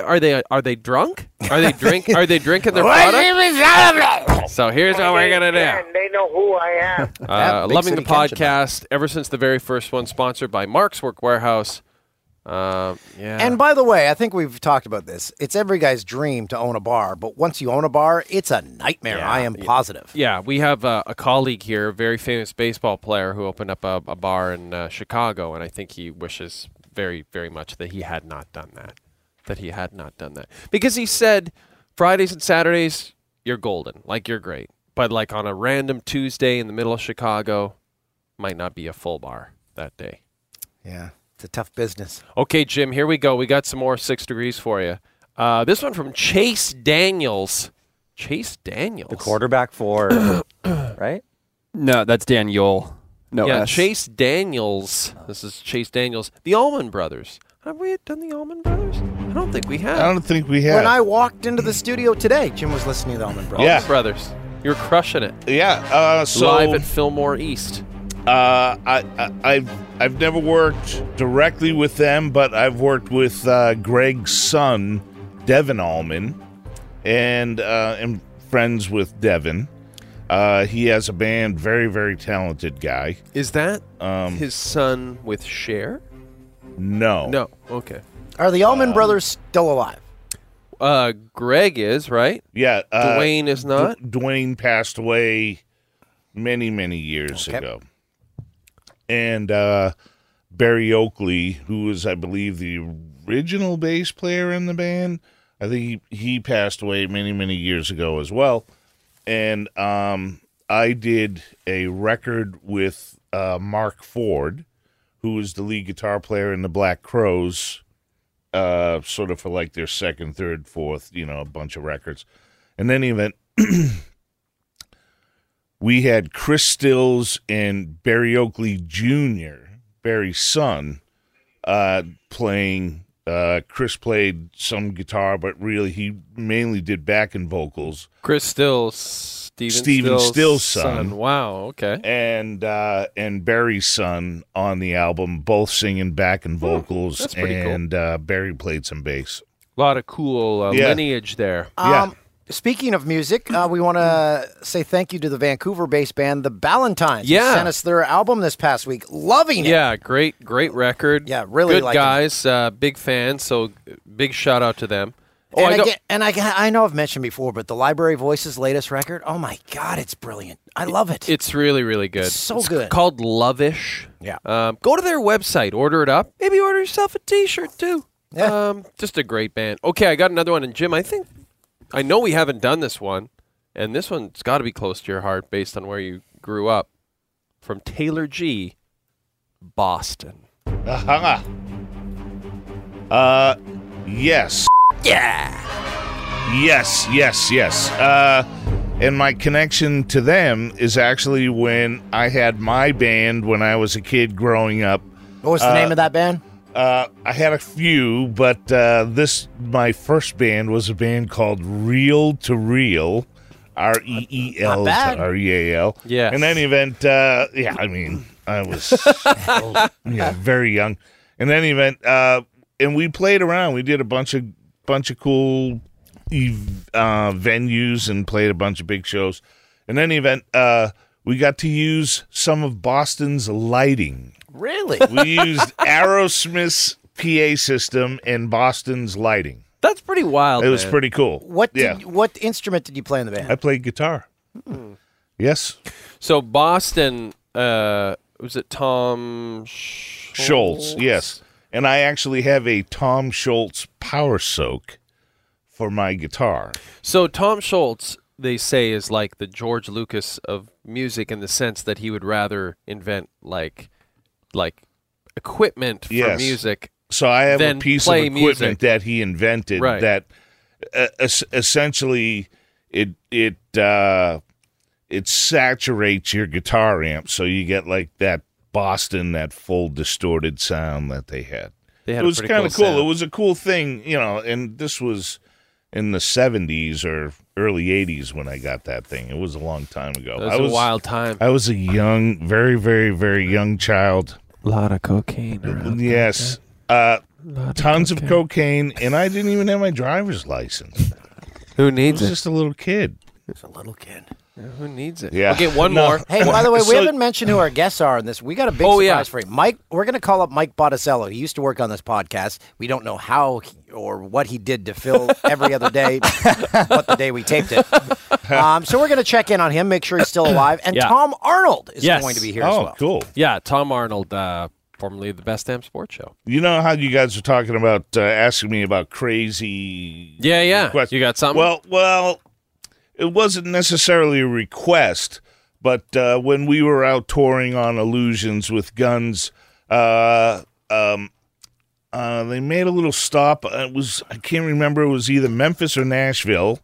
[SPEAKER 3] are they are they drunk? Are they drink? Are they drinking their
[SPEAKER 6] Wait,
[SPEAKER 3] product? So here's what we're gonna do.
[SPEAKER 9] They know who I am.
[SPEAKER 3] Uh,
[SPEAKER 9] Big
[SPEAKER 3] loving the
[SPEAKER 9] City Kitchen,
[SPEAKER 3] podcast ever since the very first one, sponsored by Mark's Work Warehouse. Um, yeah.
[SPEAKER 6] And by the way, I think we've talked about this. It's every guy's dream to own a bar, but once you own a bar, it's a nightmare. I am positive.
[SPEAKER 3] Yeah, we have uh, a colleague here, a very famous baseball player who opened up a, a bar in uh, Chicago, and I think he wishes very, very much that he had not done that. That he had not done that. Because he said, Fridays and Saturdays, you're golden. Like, you're great. But, like, on a random Tuesday in the middle of Chicago, might not be a full bar that day.
[SPEAKER 6] Yeah, it's a tough business.
[SPEAKER 3] Okay, Jim, here we go. We got some more six degrees for you. Uh, this one from Chase Daniels. Chase Daniels.
[SPEAKER 14] The quarterback for, right?
[SPEAKER 13] No, that's Dan Yule. No,
[SPEAKER 3] yeah,
[SPEAKER 13] S.
[SPEAKER 3] Chase Daniels. This is Chase Daniels. The Allman Brothers. Have we done the Allman Brothers? I don't think we have.
[SPEAKER 10] I don't think we have.
[SPEAKER 6] When I walked into the studio today, Jim was listening to the Allman Brothers.
[SPEAKER 10] Yeah.
[SPEAKER 3] Brothers. You're crushing it.
[SPEAKER 10] Yeah. Uh, so
[SPEAKER 3] Live at Fillmore East.
[SPEAKER 10] Uh, I, I, I've I've never worked directly with them, but I've worked with uh, Greg's son, Devin Allman, and uh, am friends with Devin. Uh, he has a band, very very talented guy.
[SPEAKER 3] Is that
[SPEAKER 10] um,
[SPEAKER 3] his son with Cher?
[SPEAKER 10] No,
[SPEAKER 3] No. Okay.
[SPEAKER 6] Are the Allman Brothers still alive?
[SPEAKER 3] Uh, Greg is right.
[SPEAKER 10] Yeah, uh,
[SPEAKER 3] Dwayne is
[SPEAKER 10] D-
[SPEAKER 3] not.
[SPEAKER 10] Dwayne passed away many, many years ago. And uh, Barry Oakley, who was, I believe, the original bass player in the band, I think he, he passed away many, many years ago as well. And um, I did a record with uh, Mark Ford, who was the lead guitar player in the Black Crows uh, sort of for like their second, third, fourth, you know, a bunch of records. In any event, we had Chris Stills and Barry Oakley Jr., Barry's son, uh, playing. Uh, Chris played some guitar, but really he mainly did backing vocals.
[SPEAKER 3] Chris Stills, Steven,
[SPEAKER 10] Steven
[SPEAKER 3] Stills,
[SPEAKER 10] Stills' son.
[SPEAKER 3] Wow. Okay.
[SPEAKER 10] And uh, and Barry's son on the album, both singing backing vocals,
[SPEAKER 3] that's pretty cool.
[SPEAKER 10] and uh, Barry played some bass.
[SPEAKER 3] A lot of cool uh,
[SPEAKER 10] Yeah.
[SPEAKER 3] lineage there.
[SPEAKER 6] Um, Speaking of music, uh, we want to say thank you to the Vancouver-based band The Ballantines. who
[SPEAKER 3] Yeah.
[SPEAKER 6] sent us their album this past week. Loving it.
[SPEAKER 3] Yeah, great, great record. Yeah,
[SPEAKER 6] really
[SPEAKER 3] good
[SPEAKER 6] like 'em.
[SPEAKER 3] guys. Uh, big fans. So big shout out to them. Oh,
[SPEAKER 6] and
[SPEAKER 3] I
[SPEAKER 6] I,
[SPEAKER 3] don't-
[SPEAKER 6] get- and I, I know I've mentioned before, but the Library Voices' latest record. Oh my God, it's brilliant! I love it.
[SPEAKER 3] It's really, really good. It's
[SPEAKER 6] so good.
[SPEAKER 3] Called Lovish.
[SPEAKER 6] Yeah.
[SPEAKER 3] Um, go to their website, order it up. Maybe order yourself a T-shirt too. Yeah. Um, just a great band. Okay, I got another one. And Jim, I think I know we haven't done this one, and this one's got to be close to your heart based on where you grew up. From Taylor G, Boston.
[SPEAKER 10] Uh-huh. Uh, yes. Yeah. Yes, yes, yes. Uh, and my connection to them is actually when I had my band when I was a kid growing up.
[SPEAKER 6] What was the name of that band?
[SPEAKER 10] Uh, I had a few, but uh, this my first band was a band called Real to Real, R E E L to
[SPEAKER 6] bad.
[SPEAKER 10] R E A L.
[SPEAKER 3] Yes.
[SPEAKER 10] In any event, uh, yeah, I mean, I was yeah, very young. In any event, uh, and we played around. We did a bunch of bunch of cool ev- uh, venues and played a bunch of big shows. In any event, uh, we got to use some of Boston's lighting.
[SPEAKER 6] Really?
[SPEAKER 10] We used Aerosmith's PA system and Boston's lighting.
[SPEAKER 3] That's pretty wild.
[SPEAKER 10] It was
[SPEAKER 3] man.
[SPEAKER 10] pretty cool.
[SPEAKER 6] What
[SPEAKER 10] Yeah,
[SPEAKER 6] did, what instrument did you play in the band?
[SPEAKER 10] I played guitar. Yes,
[SPEAKER 3] So Boston, uh, was it Tom Sch-
[SPEAKER 10] Schultz. Yes, and I actually have a Tom Schultz power soak for my guitar.
[SPEAKER 3] So Tom Schultz, they say, is like the George Lucas of music in the sense that he would rather invent like, like equipment for
[SPEAKER 10] Yes.
[SPEAKER 3] music.
[SPEAKER 10] So I have a
[SPEAKER 3] than
[SPEAKER 10] piece of
[SPEAKER 3] play
[SPEAKER 10] equipment
[SPEAKER 3] music.
[SPEAKER 10] that he invented
[SPEAKER 3] Right.
[SPEAKER 10] that uh, es- essentially it it uh, it saturates your guitar amp, so you get like that Boston that full distorted sound that they had.
[SPEAKER 3] They had
[SPEAKER 10] it
[SPEAKER 3] a
[SPEAKER 10] was
[SPEAKER 3] pretty
[SPEAKER 10] kind
[SPEAKER 3] cool
[SPEAKER 10] of cool.
[SPEAKER 3] sound.
[SPEAKER 10] It was a cool thing, you know. And this was in the '70s or early '80s when I got that thing. It was a long time ago.
[SPEAKER 3] That was
[SPEAKER 10] I
[SPEAKER 3] a wild time.
[SPEAKER 10] I was a young, very, very, very young child.
[SPEAKER 3] A lot of cocaine.
[SPEAKER 10] Yes. Uh, tons of cocaine, and I didn't even have my driver's license.
[SPEAKER 3] Who
[SPEAKER 10] I was
[SPEAKER 3] needs it?
[SPEAKER 10] just a little kid.
[SPEAKER 6] It's a little kid.
[SPEAKER 3] Who needs it?
[SPEAKER 10] Yeah.
[SPEAKER 3] Okay, one
[SPEAKER 10] No.
[SPEAKER 3] more.
[SPEAKER 6] Hey, by the way, we
[SPEAKER 3] So-
[SPEAKER 6] haven't mentioned who our guests are on this. We got a big
[SPEAKER 3] Oh,
[SPEAKER 6] surprise
[SPEAKER 3] yeah.
[SPEAKER 6] for you. Mike, we're going to call up Mike Botticello. He used to work on this podcast. We don't know how he, or what he did to fill every other day, but the day we taped it. Um, so we're going to check in on him, make sure he's still alive. And
[SPEAKER 3] Yeah. Oh,
[SPEAKER 6] Tom Arnold is going to be here as well.
[SPEAKER 10] Oh, cool.
[SPEAKER 3] Yeah, Tom Arnold, uh, formerly of the Best Damn Sports Show.
[SPEAKER 10] You know how you guys are talking about uh, asking me about crazy.
[SPEAKER 3] Yeah, yeah. You got something?
[SPEAKER 10] Well, well, it wasn't necessarily a request, but uh, when we were out touring on Illusions with Guns, uh, um, uh, they made a little stop. Uh, It was I can't remember. It was either Memphis or Nashville,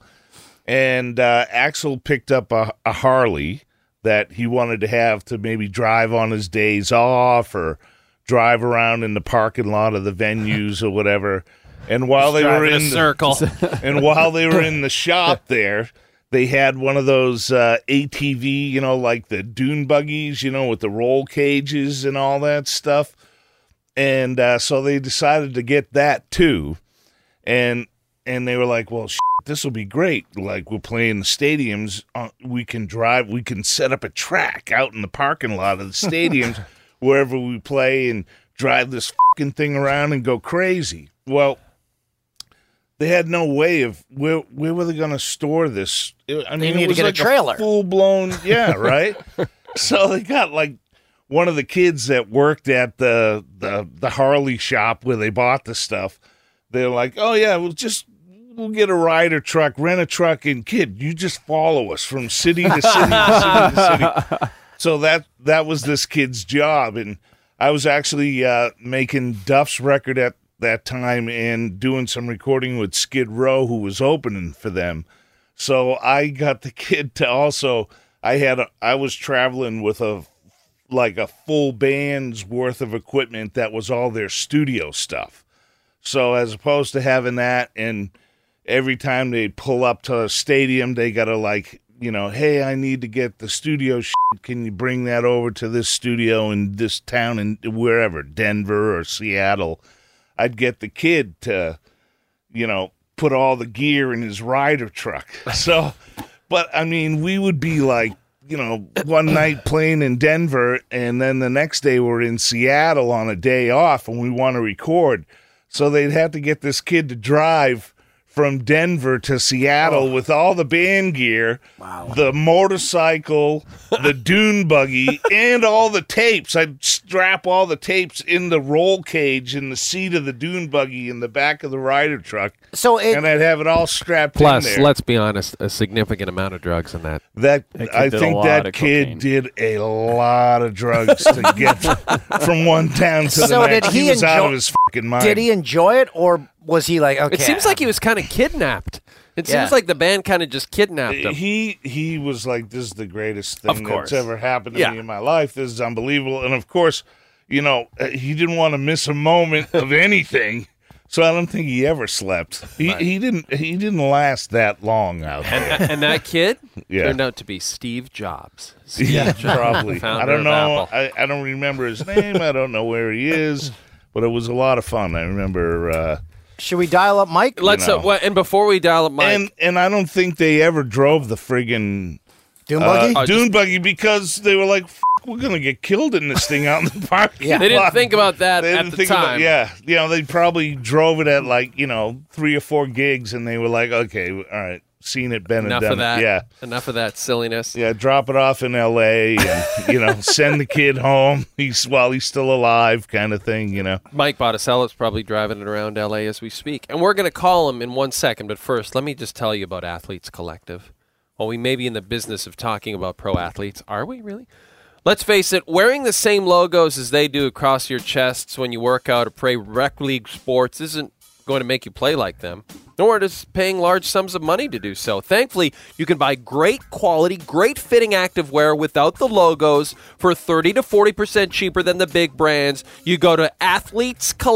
[SPEAKER 10] and uh, Axel picked up a, a Harley that he wanted to have to maybe drive on his days off or drive around in the parking lot of the venues or whatever. And while
[SPEAKER 3] Just
[SPEAKER 10] they were
[SPEAKER 3] driving a
[SPEAKER 10] in the-
[SPEAKER 3] circle.
[SPEAKER 10] and while they were in the shop there, they had one of those uh, ATV, you know, like the dune buggies, you know, with the roll cages and all that stuff and uh, so they decided to get that too, and and they were like, well, this will be great. Like we're playing the stadiums, uh, we can drive, we can set up a track out in the parking lot of the stadiums wherever we play, and drive this fucking thing around and go crazy. Well, they had no way of where where were they going to store this? It- I
[SPEAKER 6] They needed to get a trailer.
[SPEAKER 10] full blown, yeah, right. so they got like one of the kids that worked at the the the Harley shop where they bought the stuff. They're like, oh yeah, we'll just we'll get a rider truck, rent a truck, and kid, you just follow us from city to city, to city, to city. So that that was this kid's job, and I was actually uh, making Duff's record at that time and doing some recording with Skid Row, who was opening for them. So I got the kid to also. I had a, I was traveling with a like a full band's worth of equipment that was all their studio stuff. So as opposed to having that and every time they pull up to a stadium, they gotta like, you know, hey, I need to get the studio shit. Can you bring that over to this studio in this town and wherever, Denver or Seattle? I'd get the kid to, you know, put all the gear in his rider truck. So, but I mean, we would be like, you know, one night playing in Denver, and then the next day we're in Seattle on a day off, and we want to record. So they'd have to get this kid to drive from Denver to Seattle with all the band gear, the motorcycle, the dune buggy, and all the tapes. I'd strap all the tapes in the roll cage in the seat of the dune buggy in the back of the rider truck.
[SPEAKER 6] So it,
[SPEAKER 10] and I'd have it all strapped in
[SPEAKER 3] Plus,
[SPEAKER 10] there.
[SPEAKER 3] let's be honest, a significant amount of drugs in that.
[SPEAKER 10] That, I think that kid did a lot of drugs to get from one town to the
[SPEAKER 6] So
[SPEAKER 10] next.
[SPEAKER 6] did he
[SPEAKER 10] was out
[SPEAKER 6] enjoy-
[SPEAKER 10] of his fucking mind.
[SPEAKER 6] Did he enjoy it or was he like, okay?
[SPEAKER 3] It seems like he was kind of kidnapped. It
[SPEAKER 10] Yeah.
[SPEAKER 3] seems like the band kind of just kidnapped him.
[SPEAKER 10] He he was like, "This is the greatest thing
[SPEAKER 3] Of course.
[SPEAKER 10] that's ever happened to
[SPEAKER 3] Yeah.
[SPEAKER 10] me in my life. This is unbelievable." And of course, you know, uh, he didn't want to miss a moment of anything. So I don't think he ever slept. He he didn't he didn't last that long out there.
[SPEAKER 3] and that kid
[SPEAKER 10] Yeah.
[SPEAKER 3] turned out to be Steve Jobs. Steve
[SPEAKER 10] yeah,
[SPEAKER 3] Jobs,
[SPEAKER 10] probably. I
[SPEAKER 3] founder of
[SPEAKER 10] don't know.
[SPEAKER 3] Apple.
[SPEAKER 10] I, I don't remember his name. I don't know where he is. But it was a lot of fun. I remember. Uh,
[SPEAKER 6] Should we dial up Mike?
[SPEAKER 3] Let's uh, well, and before we dial up Mike,
[SPEAKER 10] and and I don't think they ever drove the friggin'
[SPEAKER 6] Dune
[SPEAKER 3] buggy?
[SPEAKER 10] Dune buggy because they were like, F- "We're gonna get killed in this thing out in the park."
[SPEAKER 3] they didn't think about that
[SPEAKER 10] They
[SPEAKER 3] at
[SPEAKER 10] didn't
[SPEAKER 3] the
[SPEAKER 10] think
[SPEAKER 3] time.
[SPEAKER 10] about- yeah, you know, they probably drove it at like you know three or four gigs, and they were like, "Okay, all right, seen it, been
[SPEAKER 3] Enough
[SPEAKER 10] and done
[SPEAKER 3] of that.
[SPEAKER 10] it." Yeah,
[SPEAKER 3] Enough of that silliness.
[SPEAKER 10] yeah, drop it off in L.A. and you know, send the kid home. He's while he's still alive, kind of thing. You know.
[SPEAKER 3] Mike Botticello's probably driving it around LA as we speak. And we're going to call him in one second. But first, let me just tell you about Athletes Collective. While we may be in the business of talking about pro athletes, are we really? Let's face it, wearing the same logos as they do across your chests when you work out or play rec league sports isn't going to make you play like them, nor is paying large sums of money to do so. Thankfully, you can buy great quality, great fitting activewear without the logos for 30 to 40% cheaper than the big brands. You go to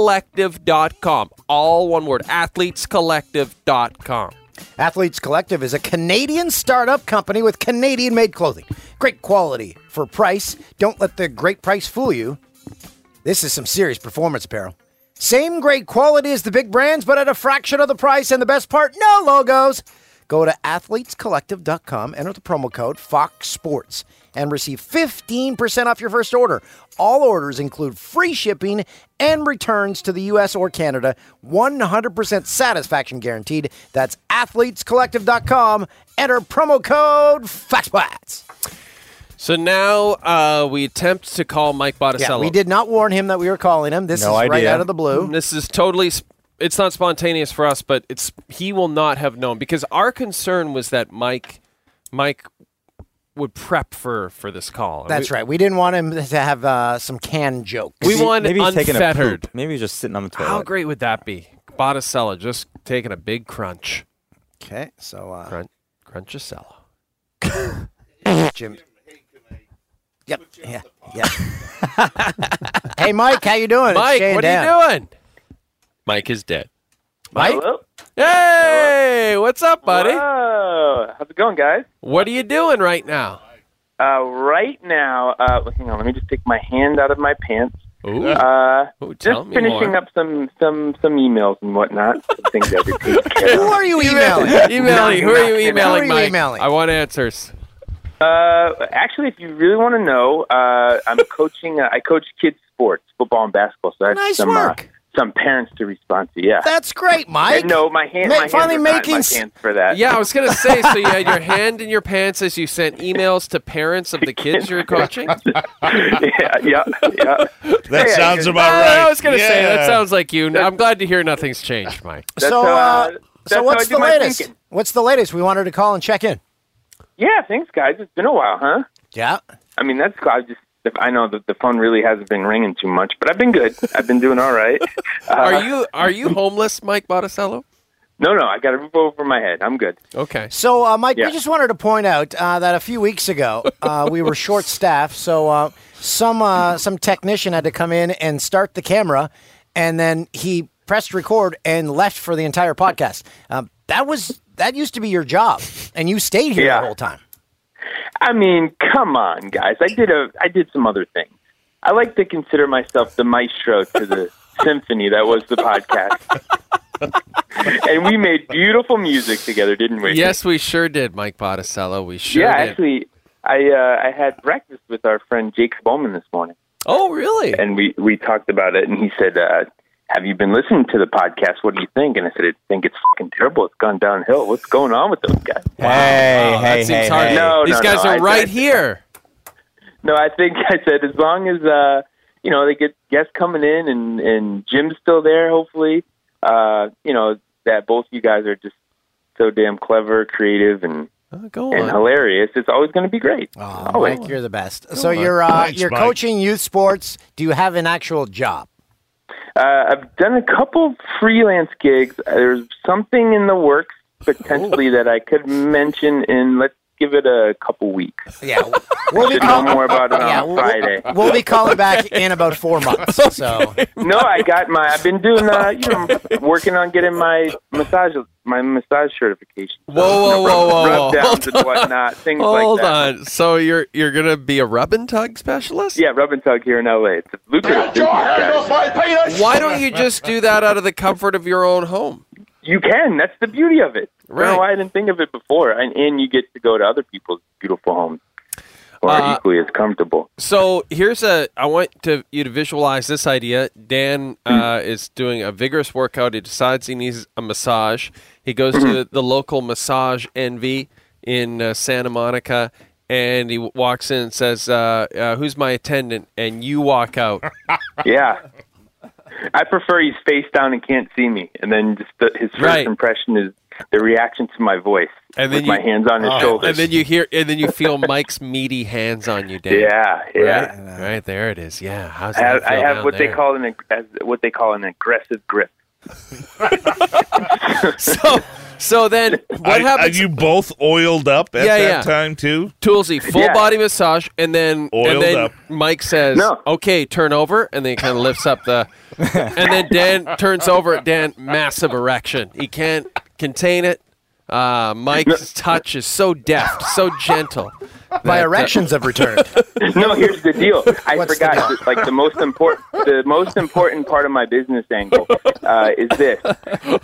[SPEAKER 3] athletescollective.com. All one word, athletescollective.com.
[SPEAKER 6] Athletes Collective is a Canadian startup company with Canadian made clothing. Great quality for price. Don't let the great price fool you. This is some serious performance apparel. Same great quality as the big brands, but at a fraction of the price, and the best part, no logos. Go to athletescollective.com, enter the promo code Fox Sports, and receive 15% off your first order. All orders include free shipping and returns to the U.S. or Canada, 100% satisfaction guaranteed. That's athletescollective.com, enter promo code FOXBOTS.
[SPEAKER 3] So now uh, we attempt to call Mike Botticello.
[SPEAKER 6] Yeah, we did not warn him that we were calling him. This is right out of the blue.
[SPEAKER 3] This is totally. sp- It's not spontaneous for us, but it's he will not have known because our concern was that Mike, Mike, would prep for for this call. And
[SPEAKER 6] That's
[SPEAKER 3] we-
[SPEAKER 6] right. We didn't want him to have uh, some canned jokes.
[SPEAKER 3] We want unfettered.
[SPEAKER 14] Maybe he's just sitting on the toilet.
[SPEAKER 3] How great would that be? Botticella just taking a big crunch.
[SPEAKER 6] Okay, so uh,
[SPEAKER 3] crunch, crunchicella.
[SPEAKER 6] Jim. Yep. Yeah. Yeah. hey, Mike, how you doing? It's
[SPEAKER 3] Mike,
[SPEAKER 6] Jay and
[SPEAKER 3] what are
[SPEAKER 6] Dan.
[SPEAKER 3] you doing? Mike is dead.
[SPEAKER 6] Mike?
[SPEAKER 9] Hello?
[SPEAKER 3] Hey, what's up, buddy?
[SPEAKER 9] Whoa. How's it going, guys?
[SPEAKER 3] What are you doing right now?
[SPEAKER 9] Uh, right now, uh, well, hang on. Let me just take my hand out of my pants.
[SPEAKER 3] Ooh.
[SPEAKER 9] Uh,
[SPEAKER 3] Ooh, tell
[SPEAKER 9] just
[SPEAKER 3] me
[SPEAKER 9] finishing
[SPEAKER 3] more.
[SPEAKER 9] up some some some emails and whatnot. some things that we take care
[SPEAKER 6] Who
[SPEAKER 9] of.
[SPEAKER 6] are you emailing?
[SPEAKER 3] emailing. Who are you emailing,
[SPEAKER 9] Who are you
[SPEAKER 3] Mike?
[SPEAKER 9] emailing?
[SPEAKER 3] I want answers.
[SPEAKER 9] Uh, actually, if you really want to know, uh, I'm coaching. Uh, I coach kids sports, football and basketball. So I have
[SPEAKER 6] Nice
[SPEAKER 9] some
[SPEAKER 6] work.
[SPEAKER 9] Uh, some parents to respond to. Yeah,
[SPEAKER 6] That's great, Mike.
[SPEAKER 9] And no, my hand.
[SPEAKER 6] Ma-
[SPEAKER 9] my hands
[SPEAKER 6] finally
[SPEAKER 9] are not in
[SPEAKER 6] making
[SPEAKER 9] my
[SPEAKER 6] s-
[SPEAKER 9] hands for that.
[SPEAKER 3] Yeah, I was gonna say. So you had your hand in your pants as you sent emails to parents of the kids you're coaching.
[SPEAKER 9] yeah, yeah, yeah.
[SPEAKER 10] That
[SPEAKER 9] Yeah,
[SPEAKER 10] sounds
[SPEAKER 9] just-
[SPEAKER 10] about
[SPEAKER 3] I,
[SPEAKER 10] right.
[SPEAKER 3] Oh, I was gonna say that
[SPEAKER 10] Yeah.
[SPEAKER 3] sounds like you. I'm glad to hear nothing's changed, Mike.
[SPEAKER 6] so, uh, so
[SPEAKER 9] how
[SPEAKER 6] what's
[SPEAKER 9] I do
[SPEAKER 6] the
[SPEAKER 9] my
[SPEAKER 6] latest?
[SPEAKER 9] thinking.
[SPEAKER 6] What's the latest? We wanted to call and check in.
[SPEAKER 9] Yeah, thanks, guys. It's been a while, huh?
[SPEAKER 6] Yeah.
[SPEAKER 9] I mean, that's I just. I know that the phone really hasn't been ringing too much, but I've been good. I've been doing all right. Uh,
[SPEAKER 3] Are you are you homeless, Mike Botticello?
[SPEAKER 9] No, no. I got a roof over my head. I'm good.
[SPEAKER 3] Okay.
[SPEAKER 6] So, uh, Mike,
[SPEAKER 9] Yeah.
[SPEAKER 6] we just wanted to point out uh, that a few weeks ago uh, we were short staffed, so uh, some uh, some technician had to come in and start the camera, and then he pressed record and left for the entire podcast. Um, that was that used to be your job, and you stayed here
[SPEAKER 9] Yeah.
[SPEAKER 6] the whole time.
[SPEAKER 9] I mean, come on, guys. I did a. I did some other things. I like to consider myself the maestro to the symphony that was the podcast. and we made beautiful music together, didn't we?
[SPEAKER 3] Yes, we sure did, Mike Botticello. We sure
[SPEAKER 9] yeah,
[SPEAKER 3] did.
[SPEAKER 9] actually, I uh, I had breakfast with our friend Jake Bowman this morning,
[SPEAKER 3] oh, really?
[SPEAKER 9] and we we talked about it, and he said, uh, "Have you been listening to the podcast? What do you think?" And I said, "I think it's fucking terrible. It's gone downhill. What's going on with those guys?"
[SPEAKER 14] Hey,
[SPEAKER 3] Wow, that
[SPEAKER 14] hey,
[SPEAKER 3] seems
[SPEAKER 14] hey,
[SPEAKER 3] hard.
[SPEAKER 14] hey.
[SPEAKER 9] No,
[SPEAKER 3] These
[SPEAKER 9] no,
[SPEAKER 3] guys
[SPEAKER 9] no,
[SPEAKER 3] are
[SPEAKER 9] I-
[SPEAKER 3] right
[SPEAKER 9] I-
[SPEAKER 3] here.
[SPEAKER 9] No, I think I said as long as uh, you know they get guests coming in, and and Jim's still there. Hopefully, uh, you know that both you guys are just so damn clever, creative, and
[SPEAKER 3] Oh, go
[SPEAKER 9] and
[SPEAKER 6] on.
[SPEAKER 9] hilarious. It's always going to be great.
[SPEAKER 6] Oh,
[SPEAKER 9] always.
[SPEAKER 6] Mike, you're the best. so you're uh,
[SPEAKER 9] Thanks,
[SPEAKER 6] you're
[SPEAKER 9] Mike.
[SPEAKER 6] coaching youth sports. Do you have an actual job?
[SPEAKER 9] Uh, I've done a couple freelance gigs. Uh, There's something in the works potentially that I could mention in. Let's give it a couple weeks.
[SPEAKER 6] Yeah,
[SPEAKER 9] We'll
[SPEAKER 6] be
[SPEAKER 9] should
[SPEAKER 6] call-
[SPEAKER 9] know more about it on
[SPEAKER 6] Yeah, we'll-
[SPEAKER 9] Friday.
[SPEAKER 6] We'll be calling back in about four months. So
[SPEAKER 9] no, I got my. I've been doing. Uh, you know, working on getting my massage my massage certification. So,
[SPEAKER 3] Whoa, whoa,
[SPEAKER 9] you know,
[SPEAKER 3] whoa,
[SPEAKER 9] rub-
[SPEAKER 3] whoa, whoa.
[SPEAKER 9] Rub downs and whatnot, things
[SPEAKER 3] Hold
[SPEAKER 9] like that.
[SPEAKER 3] on. So you're you're gonna be a rub and tug specialist?
[SPEAKER 9] Yeah, rub and tug here in L.A. It's a lucrative business. guys.
[SPEAKER 3] Why don't you just do that out of the comfort of your own home?
[SPEAKER 9] You can. That's the beauty of it. I don't
[SPEAKER 3] Right.
[SPEAKER 9] know why I didn't think of it before. And, and you get to go to other people's beautiful homes, or
[SPEAKER 3] Uh,
[SPEAKER 9] equally as comfortable.
[SPEAKER 3] So here's a. I want to you to visualize this idea. Dan
[SPEAKER 9] Mm.
[SPEAKER 3] uh, is doing a vigorous workout. He decides he needs a massage. He goes to
[SPEAKER 9] Mm-hmm.
[SPEAKER 3] the local massage envy in uh, Santa Monica, and he w- walks in and says, uh, uh, "Who's my attendant?" And you walk out.
[SPEAKER 9] Yeah. I prefer he's face down and can't see me, and then just the, his first
[SPEAKER 3] Right.
[SPEAKER 9] impression is the reaction to my voice,
[SPEAKER 3] And
[SPEAKER 9] with
[SPEAKER 3] then
[SPEAKER 9] my
[SPEAKER 3] you- Oh,
[SPEAKER 9] hands on his shoulders.
[SPEAKER 3] And then you hear, and then you feel Mike's meaty hands on you, Dan.
[SPEAKER 9] Yeah, yeah.
[SPEAKER 3] Right, Right there it is. Yeah, how's
[SPEAKER 9] I have,
[SPEAKER 3] that
[SPEAKER 9] I
[SPEAKER 3] feel
[SPEAKER 9] have
[SPEAKER 3] down
[SPEAKER 9] what they
[SPEAKER 3] there?
[SPEAKER 9] call an ag- as- what they call an aggressive grip.
[SPEAKER 3] so, so then
[SPEAKER 10] Are-
[SPEAKER 3] what happens?
[SPEAKER 10] Are you both oiled up at
[SPEAKER 3] Yeah,
[SPEAKER 10] that
[SPEAKER 3] yeah.
[SPEAKER 10] time too?
[SPEAKER 3] Toolsy, full
[SPEAKER 10] Yeah.
[SPEAKER 3] body massage, and then and
[SPEAKER 10] Oiled
[SPEAKER 3] then
[SPEAKER 10] up.
[SPEAKER 3] Mike says,
[SPEAKER 10] No.
[SPEAKER 3] "Okay, turn over," and then he kind of lifts up the, and then Dan turns over. Dan, massive erection. He can't contain it. Uh, Mike's touch is so deft, so gentle.
[SPEAKER 6] My
[SPEAKER 3] That, uh,
[SPEAKER 6] erections have returned.
[SPEAKER 9] no, here's the deal. I
[SPEAKER 6] What's the deal?
[SPEAKER 9] forgot. that, like the most important, the most important part of my business angle uh, is this: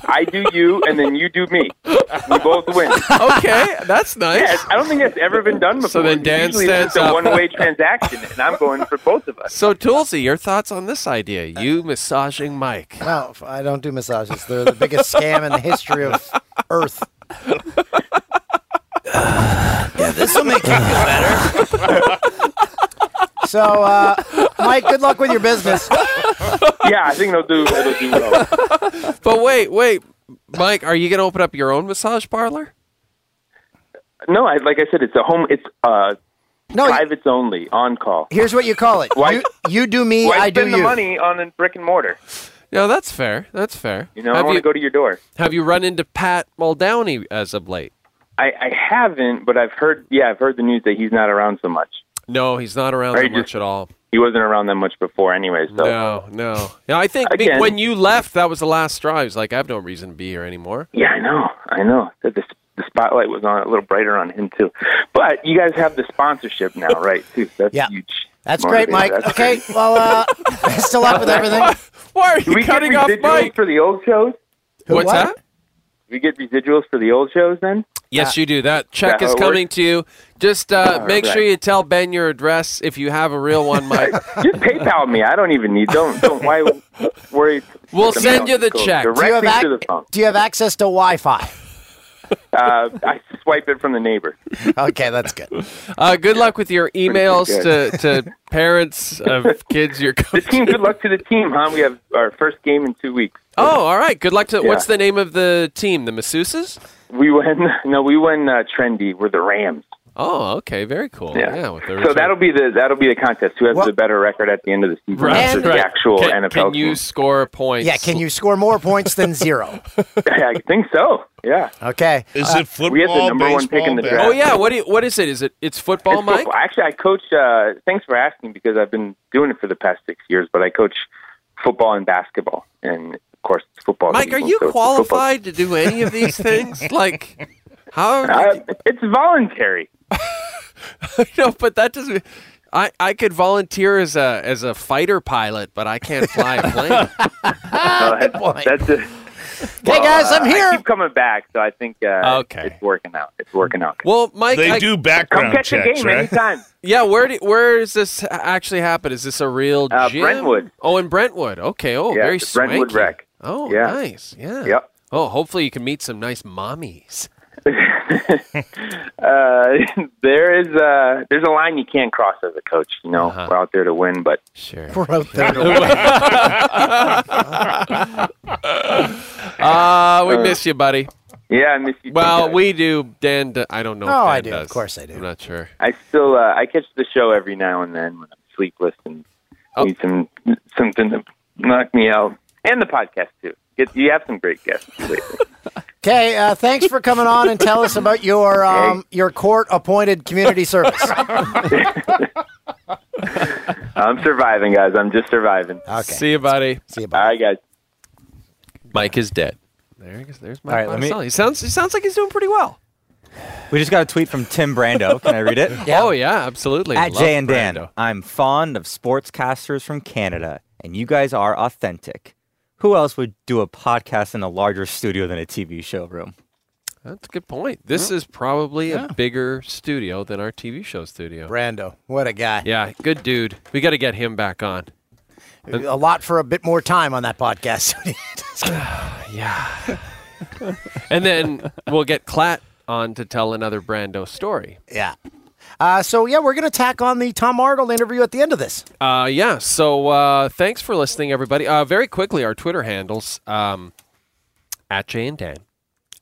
[SPEAKER 9] I do you, and then you do me. We both win.
[SPEAKER 3] Okay, that's nice.
[SPEAKER 9] Yeah, I don't think that's ever been done before.
[SPEAKER 3] So then Dan
[SPEAKER 9] Usually it's
[SPEAKER 3] stands
[SPEAKER 9] just a
[SPEAKER 3] up.
[SPEAKER 9] one-way transaction, and I'm going for both of us.
[SPEAKER 3] So, Tulsi, your thoughts on this idea? You massaging Mike.
[SPEAKER 6] No, f- I don't do massages. They're the biggest scam in the history of Earth.
[SPEAKER 4] Yeah, this will make you feel better.
[SPEAKER 6] So, uh, Mike, good luck with your business.
[SPEAKER 9] yeah, I think they'll do. It'll do well.
[SPEAKER 3] But wait, wait, Mike, are you going to open up your own massage parlor?
[SPEAKER 9] No, I, like I said, it's a home. It's uh, privates only, on call.
[SPEAKER 6] Here's what you call it.
[SPEAKER 9] Why-
[SPEAKER 6] You, you do me,
[SPEAKER 9] Why
[SPEAKER 6] I do
[SPEAKER 9] spend the
[SPEAKER 6] you.
[SPEAKER 9] money on a brick and mortar?
[SPEAKER 3] No, that's fair. That's fair.
[SPEAKER 9] You know, I want to go to your door.
[SPEAKER 3] Have you run into Pat Muldowney as of late?
[SPEAKER 9] I, I haven't, but I've heard. Yeah, I've heard the news that he's not around so much.
[SPEAKER 3] No, he's not around
[SPEAKER 9] Or
[SPEAKER 3] that
[SPEAKER 9] he
[SPEAKER 3] much
[SPEAKER 9] just-
[SPEAKER 3] at all.
[SPEAKER 9] He wasn't around that much before, anyway. So
[SPEAKER 3] No, no. No, I think be-
[SPEAKER 9] Again.
[SPEAKER 3] when you left, that was the last straw. He was like, I have no reason to be here anymore.
[SPEAKER 9] Yeah, I know. I know that the, the spotlight was on a little brighter on him too. But you guys have the sponsorship now, right? Too. That's huge.
[SPEAKER 6] That's great,
[SPEAKER 9] motivator.
[SPEAKER 6] Mike.
[SPEAKER 9] That's
[SPEAKER 6] okay, well, uh, best of luck with everything.
[SPEAKER 3] Why are
[SPEAKER 9] Do we get residuals for the old shows?
[SPEAKER 3] What's that?
[SPEAKER 9] Do we get residuals for the old shows then? Uh,
[SPEAKER 3] Yes, you do. That
[SPEAKER 9] that
[SPEAKER 3] check
[SPEAKER 9] how
[SPEAKER 3] is
[SPEAKER 9] it
[SPEAKER 3] coming
[SPEAKER 9] works?
[SPEAKER 3] to you. Just uh,
[SPEAKER 9] All
[SPEAKER 3] make sure
[SPEAKER 9] right.
[SPEAKER 3] you tell Ben your address if you have a real one, Mike.
[SPEAKER 9] Just PayPal me. I don't even need. Don't don't. Why worry?
[SPEAKER 3] We'll
[SPEAKER 9] Go
[SPEAKER 3] send you the
[SPEAKER 9] go
[SPEAKER 3] check. Do you
[SPEAKER 6] Do you, have
[SPEAKER 9] Directly
[SPEAKER 6] ac-
[SPEAKER 9] to the phone.
[SPEAKER 6] do you have access to Wi Fi?
[SPEAKER 9] Uh, I swipe it from the neighbor.
[SPEAKER 6] Okay, that's good.
[SPEAKER 3] Uh, good luck with your emails
[SPEAKER 9] good.
[SPEAKER 3] to, to parents of kids you're
[SPEAKER 9] The
[SPEAKER 3] coaching.
[SPEAKER 9] team. Good luck to the team, huh? We have our first game in two weeks.
[SPEAKER 3] Oh, all right. Good luck to.
[SPEAKER 9] Yeah.
[SPEAKER 3] What's the name of the team? The masseuses?
[SPEAKER 9] We went. No, we went uh, trendy. We're the Rams.
[SPEAKER 3] Oh, okay. Very cool. Yeah.
[SPEAKER 9] Yeah.
[SPEAKER 3] with the
[SPEAKER 9] So
[SPEAKER 3] original-
[SPEAKER 9] that'll be the that'll be the contest. Who has the better record at the end of the season?
[SPEAKER 3] Right,
[SPEAKER 9] versus
[SPEAKER 3] right.
[SPEAKER 9] The actual
[SPEAKER 3] Can-
[SPEAKER 9] NFL.
[SPEAKER 3] can you
[SPEAKER 9] team.
[SPEAKER 3] score a point?
[SPEAKER 6] Yeah, can you score more points than zero?
[SPEAKER 9] I think so. Yeah.
[SPEAKER 6] Okay.
[SPEAKER 3] Uh,
[SPEAKER 9] Is it We have the football, number one pick in the baseball, draft.
[SPEAKER 3] Oh yeah. What do you, what is it? Is it it's football,
[SPEAKER 9] It's
[SPEAKER 3] Oh, Mike?
[SPEAKER 9] football. Actually, I coach. Uh, thanks for asking because I've been doing it for the past six years, but I coach football and basketball, and of course it's football.
[SPEAKER 3] Mike, are
[SPEAKER 9] season,
[SPEAKER 3] you
[SPEAKER 9] so it's football.
[SPEAKER 3] qualified to do any of these things? Like how?
[SPEAKER 9] Uh, it's voluntary.
[SPEAKER 3] no, but that doesn't. I, I could volunteer as a as a fighter pilot, but I can't fly a plane.
[SPEAKER 9] Uh, That's it.
[SPEAKER 3] Hey, guys, I'm
[SPEAKER 9] here. I keep coming back, so I think uh, it's working out. It's working out.
[SPEAKER 3] Well, Mike,
[SPEAKER 9] They
[SPEAKER 3] I-
[SPEAKER 9] do background Come catch a checks, game right? anytime.
[SPEAKER 3] Yeah, where do, where does this actually happen? Is this a real
[SPEAKER 9] Uh,
[SPEAKER 3] gym?
[SPEAKER 9] Brentwood.
[SPEAKER 3] Oh, in Brentwood. Okay. Oh,
[SPEAKER 9] Yeah,
[SPEAKER 3] very
[SPEAKER 9] the Brentwood
[SPEAKER 3] swanky.
[SPEAKER 9] Rec.
[SPEAKER 3] Oh,
[SPEAKER 9] Yeah.
[SPEAKER 3] nice. Yeah.
[SPEAKER 9] Yep.
[SPEAKER 3] Oh, hopefully you can meet some nice mommies.
[SPEAKER 9] Uh, there is a there's a line you can't cross as a coach. You know,
[SPEAKER 3] Uh-huh.
[SPEAKER 9] we're out there to win, but
[SPEAKER 3] sure.
[SPEAKER 6] We're out there to
[SPEAKER 3] Ah,
[SPEAKER 9] Uh,
[SPEAKER 3] we miss you, buddy.
[SPEAKER 9] Yeah, I miss you.
[SPEAKER 3] Well, we do. Dan, d- I don't know.
[SPEAKER 9] No,
[SPEAKER 3] if Dan
[SPEAKER 9] I do. Of
[SPEAKER 3] does.
[SPEAKER 9] course I do.
[SPEAKER 3] I'm not sure.
[SPEAKER 9] I still uh, I catch the show every now and then when I'm sleepless and
[SPEAKER 3] Oh.
[SPEAKER 9] need some something to knock me out, and the podcast too. Get, you have some great guests lately.
[SPEAKER 6] Okay, uh, thanks for coming on and tell us about your um, your court appointed community service.
[SPEAKER 9] I'm surviving, guys. I'm just surviving.
[SPEAKER 6] Okay.
[SPEAKER 3] See you, buddy.
[SPEAKER 6] See you,
[SPEAKER 9] buddy. All right, guys.
[SPEAKER 3] Mike is dead. There he goes. There's Mike.
[SPEAKER 14] All right, let me-
[SPEAKER 3] Monticelli. He sounds. He sounds like he's doing pretty well.
[SPEAKER 14] We just got a tweet from Tim Brando. Can I read it?
[SPEAKER 3] Oh yeah, absolutely.
[SPEAKER 14] At
[SPEAKER 3] Love
[SPEAKER 14] Jay and Dan,
[SPEAKER 3] Brando.
[SPEAKER 14] I'm fond of sportscasters from Canada, and you guys are authentic. Who else would do a podcast in a larger studio than a TV showroom?
[SPEAKER 3] That's a good point. This is probably
[SPEAKER 6] Yeah.
[SPEAKER 3] a bigger studio than our TV show studio.
[SPEAKER 6] Brando, what a guy.
[SPEAKER 3] Yeah, good dude. We got to get him back on.
[SPEAKER 6] A lot for a bit more time on that podcast.
[SPEAKER 3] yeah. and then we'll get Clat on to tell another Brando story.
[SPEAKER 6] Yeah. Uh, so, yeah, we're going to tack on the Tom Arnold interview at the end of this.
[SPEAKER 3] Uh, yeah. So uh, thanks for listening, everybody. Uh, very quickly, our Twitter handles um, at Jay and Dan,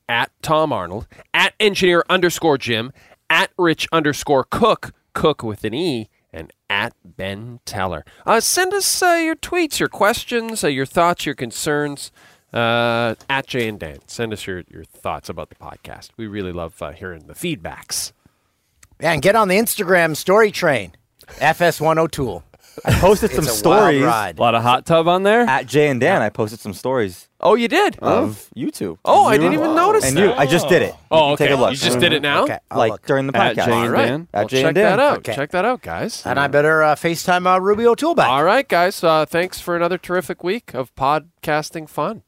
[SPEAKER 3] at Tom Arnold, at Engineer underscore Jim, at Rich underscore Cook, Cook with an E, and at Ben Teller. Uh, send us uh, your tweets, your questions, uh, your thoughts, your concerns. Uh, at Jay and Dan, send us your, your thoughts about the podcast. We really love uh, hearing the feedbacks.
[SPEAKER 6] oh Yeah, and get on the Instagram story train, FS1 O'Toole.
[SPEAKER 14] I posted
[SPEAKER 6] It's
[SPEAKER 14] some
[SPEAKER 6] a wild
[SPEAKER 14] stories.
[SPEAKER 6] ride.
[SPEAKER 14] lot of hot tub on there. At Jay and Dan, I posted some stories. Oh, you did of YouTube.
[SPEAKER 3] Oh, I didn't even notice
[SPEAKER 14] And you,
[SPEAKER 3] that.
[SPEAKER 14] I just did it.
[SPEAKER 3] Oh,
[SPEAKER 14] You can
[SPEAKER 3] okay.
[SPEAKER 14] Take a look.
[SPEAKER 3] You just did it now? Okay, I'll
[SPEAKER 14] like
[SPEAKER 3] look.
[SPEAKER 14] during the
[SPEAKER 3] At
[SPEAKER 14] podcast.
[SPEAKER 3] Jay and
[SPEAKER 14] Alright.
[SPEAKER 3] Dan.
[SPEAKER 14] At
[SPEAKER 3] I'll
[SPEAKER 14] Jay
[SPEAKER 3] check
[SPEAKER 14] and Dan.
[SPEAKER 3] that out. Check that out, guys.
[SPEAKER 6] And I better uh, FaceTime uh, Rubio Toolback.
[SPEAKER 3] All right, guys. Uh, thanks for another terrific week of podcasting fun.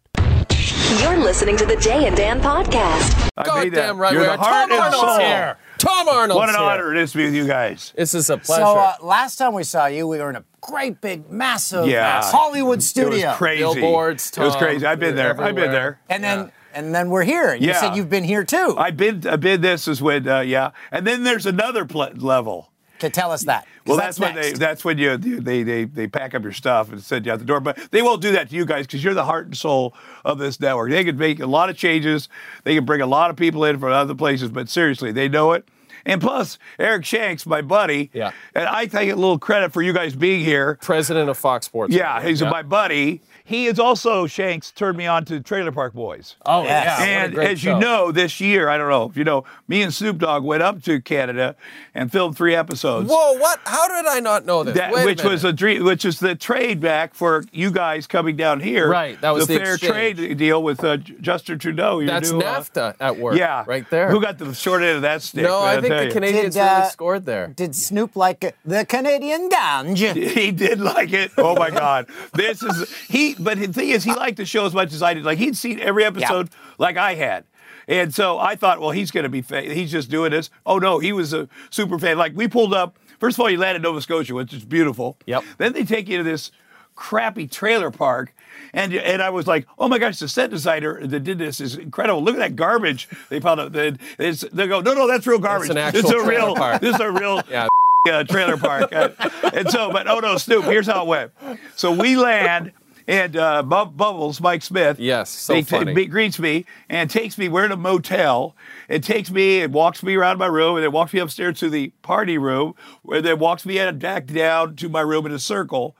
[SPEAKER 11] You're listening to the Jay and Dan podcast.
[SPEAKER 3] God damn right
[SPEAKER 12] You're
[SPEAKER 3] we
[SPEAKER 12] the
[SPEAKER 3] are.
[SPEAKER 12] heart
[SPEAKER 3] Tom
[SPEAKER 12] and
[SPEAKER 3] Arnold's
[SPEAKER 6] Oh,
[SPEAKER 12] soul.
[SPEAKER 3] here. Tom Arnold's
[SPEAKER 12] What an
[SPEAKER 3] here.
[SPEAKER 12] honor it is to be with you guys.
[SPEAKER 13] This is a
[SPEAKER 6] So uh, last time we saw you, we were in a great big, massive
[SPEAKER 12] Yeah.
[SPEAKER 6] Hollywood studio.
[SPEAKER 12] It was crazy. it was crazy. I've been there. I've been there.
[SPEAKER 6] And then and then we're here. You
[SPEAKER 12] Yeah.
[SPEAKER 6] said you've been here too.
[SPEAKER 12] I bid. I bid. This is when. Uh, yeah. And then there's another pl- level.
[SPEAKER 6] To tell us that. 'cause
[SPEAKER 12] Well, that's,
[SPEAKER 6] that's
[SPEAKER 12] when they. That's when you you- they, they they pack up your stuff and send you out the door. But they won't do that to you guys because you're the heart and soul of this network. They could make a lot of changes. They could bring a lot of people in from other places. But seriously, they know it. And plus, Eric Shanks, my buddy, yeah. and I take a little credit for you guys being here.
[SPEAKER 13] President of Fox Sports.
[SPEAKER 12] Yeah, he's
[SPEAKER 13] Yeah.
[SPEAKER 12] my buddy. He is also Shanks turned me on to Trailer Park Boys.
[SPEAKER 13] Oh, Yes. yeah, what a
[SPEAKER 12] And
[SPEAKER 13] great
[SPEAKER 12] as
[SPEAKER 13] show.
[SPEAKER 12] you know, this year, I don't know if you know, me and Snoop Dogg went up to Canada and filmed three episodes.
[SPEAKER 3] Whoa, what? How did I not know this?
[SPEAKER 12] That,
[SPEAKER 3] Wait a
[SPEAKER 12] which was
[SPEAKER 3] minute.
[SPEAKER 12] a dream, which is the trade back for you guys coming down here.
[SPEAKER 3] Right, that was the
[SPEAKER 12] fair
[SPEAKER 3] exchange.
[SPEAKER 12] trade deal with uh, J- Justin Trudeau. your
[SPEAKER 3] That's
[SPEAKER 12] new, uh,
[SPEAKER 3] NAFTA at work.
[SPEAKER 12] yeah,
[SPEAKER 3] right there.
[SPEAKER 12] Who got the short end of that stick?
[SPEAKER 3] No, I
[SPEAKER 12] man,
[SPEAKER 3] think
[SPEAKER 12] tell
[SPEAKER 3] the
[SPEAKER 12] you.
[SPEAKER 3] Canadians
[SPEAKER 6] Did, uh,
[SPEAKER 3] really scored there.
[SPEAKER 6] Did Snoop like it? the Canadian ganj?
[SPEAKER 12] He did like it. Oh my God, this is he. But the thing is, he liked the show as much as I did. Like he'd seen every episode, like I had. And so I thought, well, he's going to be. Fa- he's just doing this. Oh no, he was a super fan. Like we pulled up. First of all, you land in Nova Scotia, which is beautiful. Yep. Then they take you to this crappy trailer park. And, and I was like, oh my gosh, the set designer that did this is incredible. Look at that garbage they found out. They, it's- they go, no, no, that's real garbage.
[SPEAKER 3] an
[SPEAKER 12] this is
[SPEAKER 3] actual
[SPEAKER 12] a
[SPEAKER 3] trailer
[SPEAKER 12] real,
[SPEAKER 3] park."
[SPEAKER 12] this is a real uh, trailer park. Uh, and so, but oh no, Snoop, here's how it went. So we land. And uh, Bub- Bubbles, Mike Smith. Yes,
[SPEAKER 3] so
[SPEAKER 12] they ta-
[SPEAKER 3] funny.
[SPEAKER 12] me- greets me and takes me. We're in a motel. It takes me and walks me around my room, and then walks me upstairs to the party room, where then walks me out- back down to my room in a circle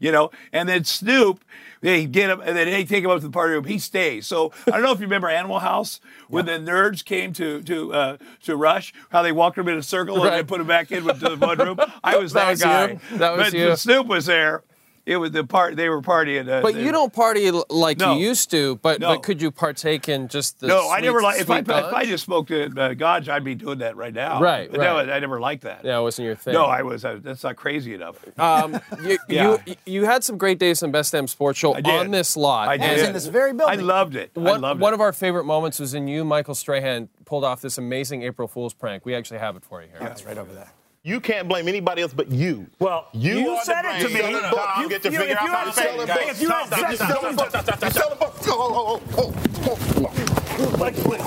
[SPEAKER 12] you know. And then Snoop, they get him, and then they take him up to the party room. He stays. So I don't know if you remember Animal House when the nerds came to to uh, to Rush, how they walked him in a circle and then
[SPEAKER 3] Right.
[SPEAKER 12] put him back in with to the mudroom. I was
[SPEAKER 3] That
[SPEAKER 12] that,
[SPEAKER 3] was
[SPEAKER 12] guy.
[SPEAKER 3] you. That was
[SPEAKER 12] but
[SPEAKER 3] you.
[SPEAKER 12] Snoop was there. It was the part they were partying. Uh,
[SPEAKER 3] But you don't party l- like
[SPEAKER 12] No.
[SPEAKER 3] you used to. But
[SPEAKER 12] No.
[SPEAKER 3] but could you partake in just the?
[SPEAKER 12] no, I
[SPEAKER 3] sweet-
[SPEAKER 12] never like if I, if
[SPEAKER 3] sweet
[SPEAKER 12] I
[SPEAKER 3] Dutch?
[SPEAKER 12] just spoke to uh, Godge, I'd be doing that right now.
[SPEAKER 3] Right,
[SPEAKER 12] But No,
[SPEAKER 3] right.
[SPEAKER 12] I never liked that.
[SPEAKER 3] Yeah, it wasn't your thing.
[SPEAKER 12] No, I was. I, that's not crazy enough.
[SPEAKER 3] Um, you,
[SPEAKER 12] Yeah.
[SPEAKER 3] you you had some great days on Best Damn Sports Show
[SPEAKER 12] did.
[SPEAKER 3] on this lot.
[SPEAKER 12] I
[SPEAKER 3] and
[SPEAKER 12] did. I was in this very building. I loved it. I
[SPEAKER 3] One,
[SPEAKER 12] loved
[SPEAKER 3] one of our favorite moments was in you, Michael Strahan, pulled off this amazing April Fool's prank. We actually have it for you here. That's right over there.
[SPEAKER 15] You can't blame anybody else but you. Well, you,
[SPEAKER 3] you
[SPEAKER 15] are the
[SPEAKER 3] said it to
[SPEAKER 15] brain.
[SPEAKER 3] me.
[SPEAKER 15] You, no, no, no.
[SPEAKER 3] You-
[SPEAKER 15] get to
[SPEAKER 3] you-
[SPEAKER 15] figure
[SPEAKER 3] if
[SPEAKER 15] out
[SPEAKER 3] you
[SPEAKER 15] how to
[SPEAKER 3] had said-
[SPEAKER 15] sell it.
[SPEAKER 3] if you had
[SPEAKER 15] Stop,
[SPEAKER 3] said-
[SPEAKER 15] stop,
[SPEAKER 3] stop,
[SPEAKER 15] stop, stop, stop, stop, stop. Oh, oh, oh, oh, oh. Like, like-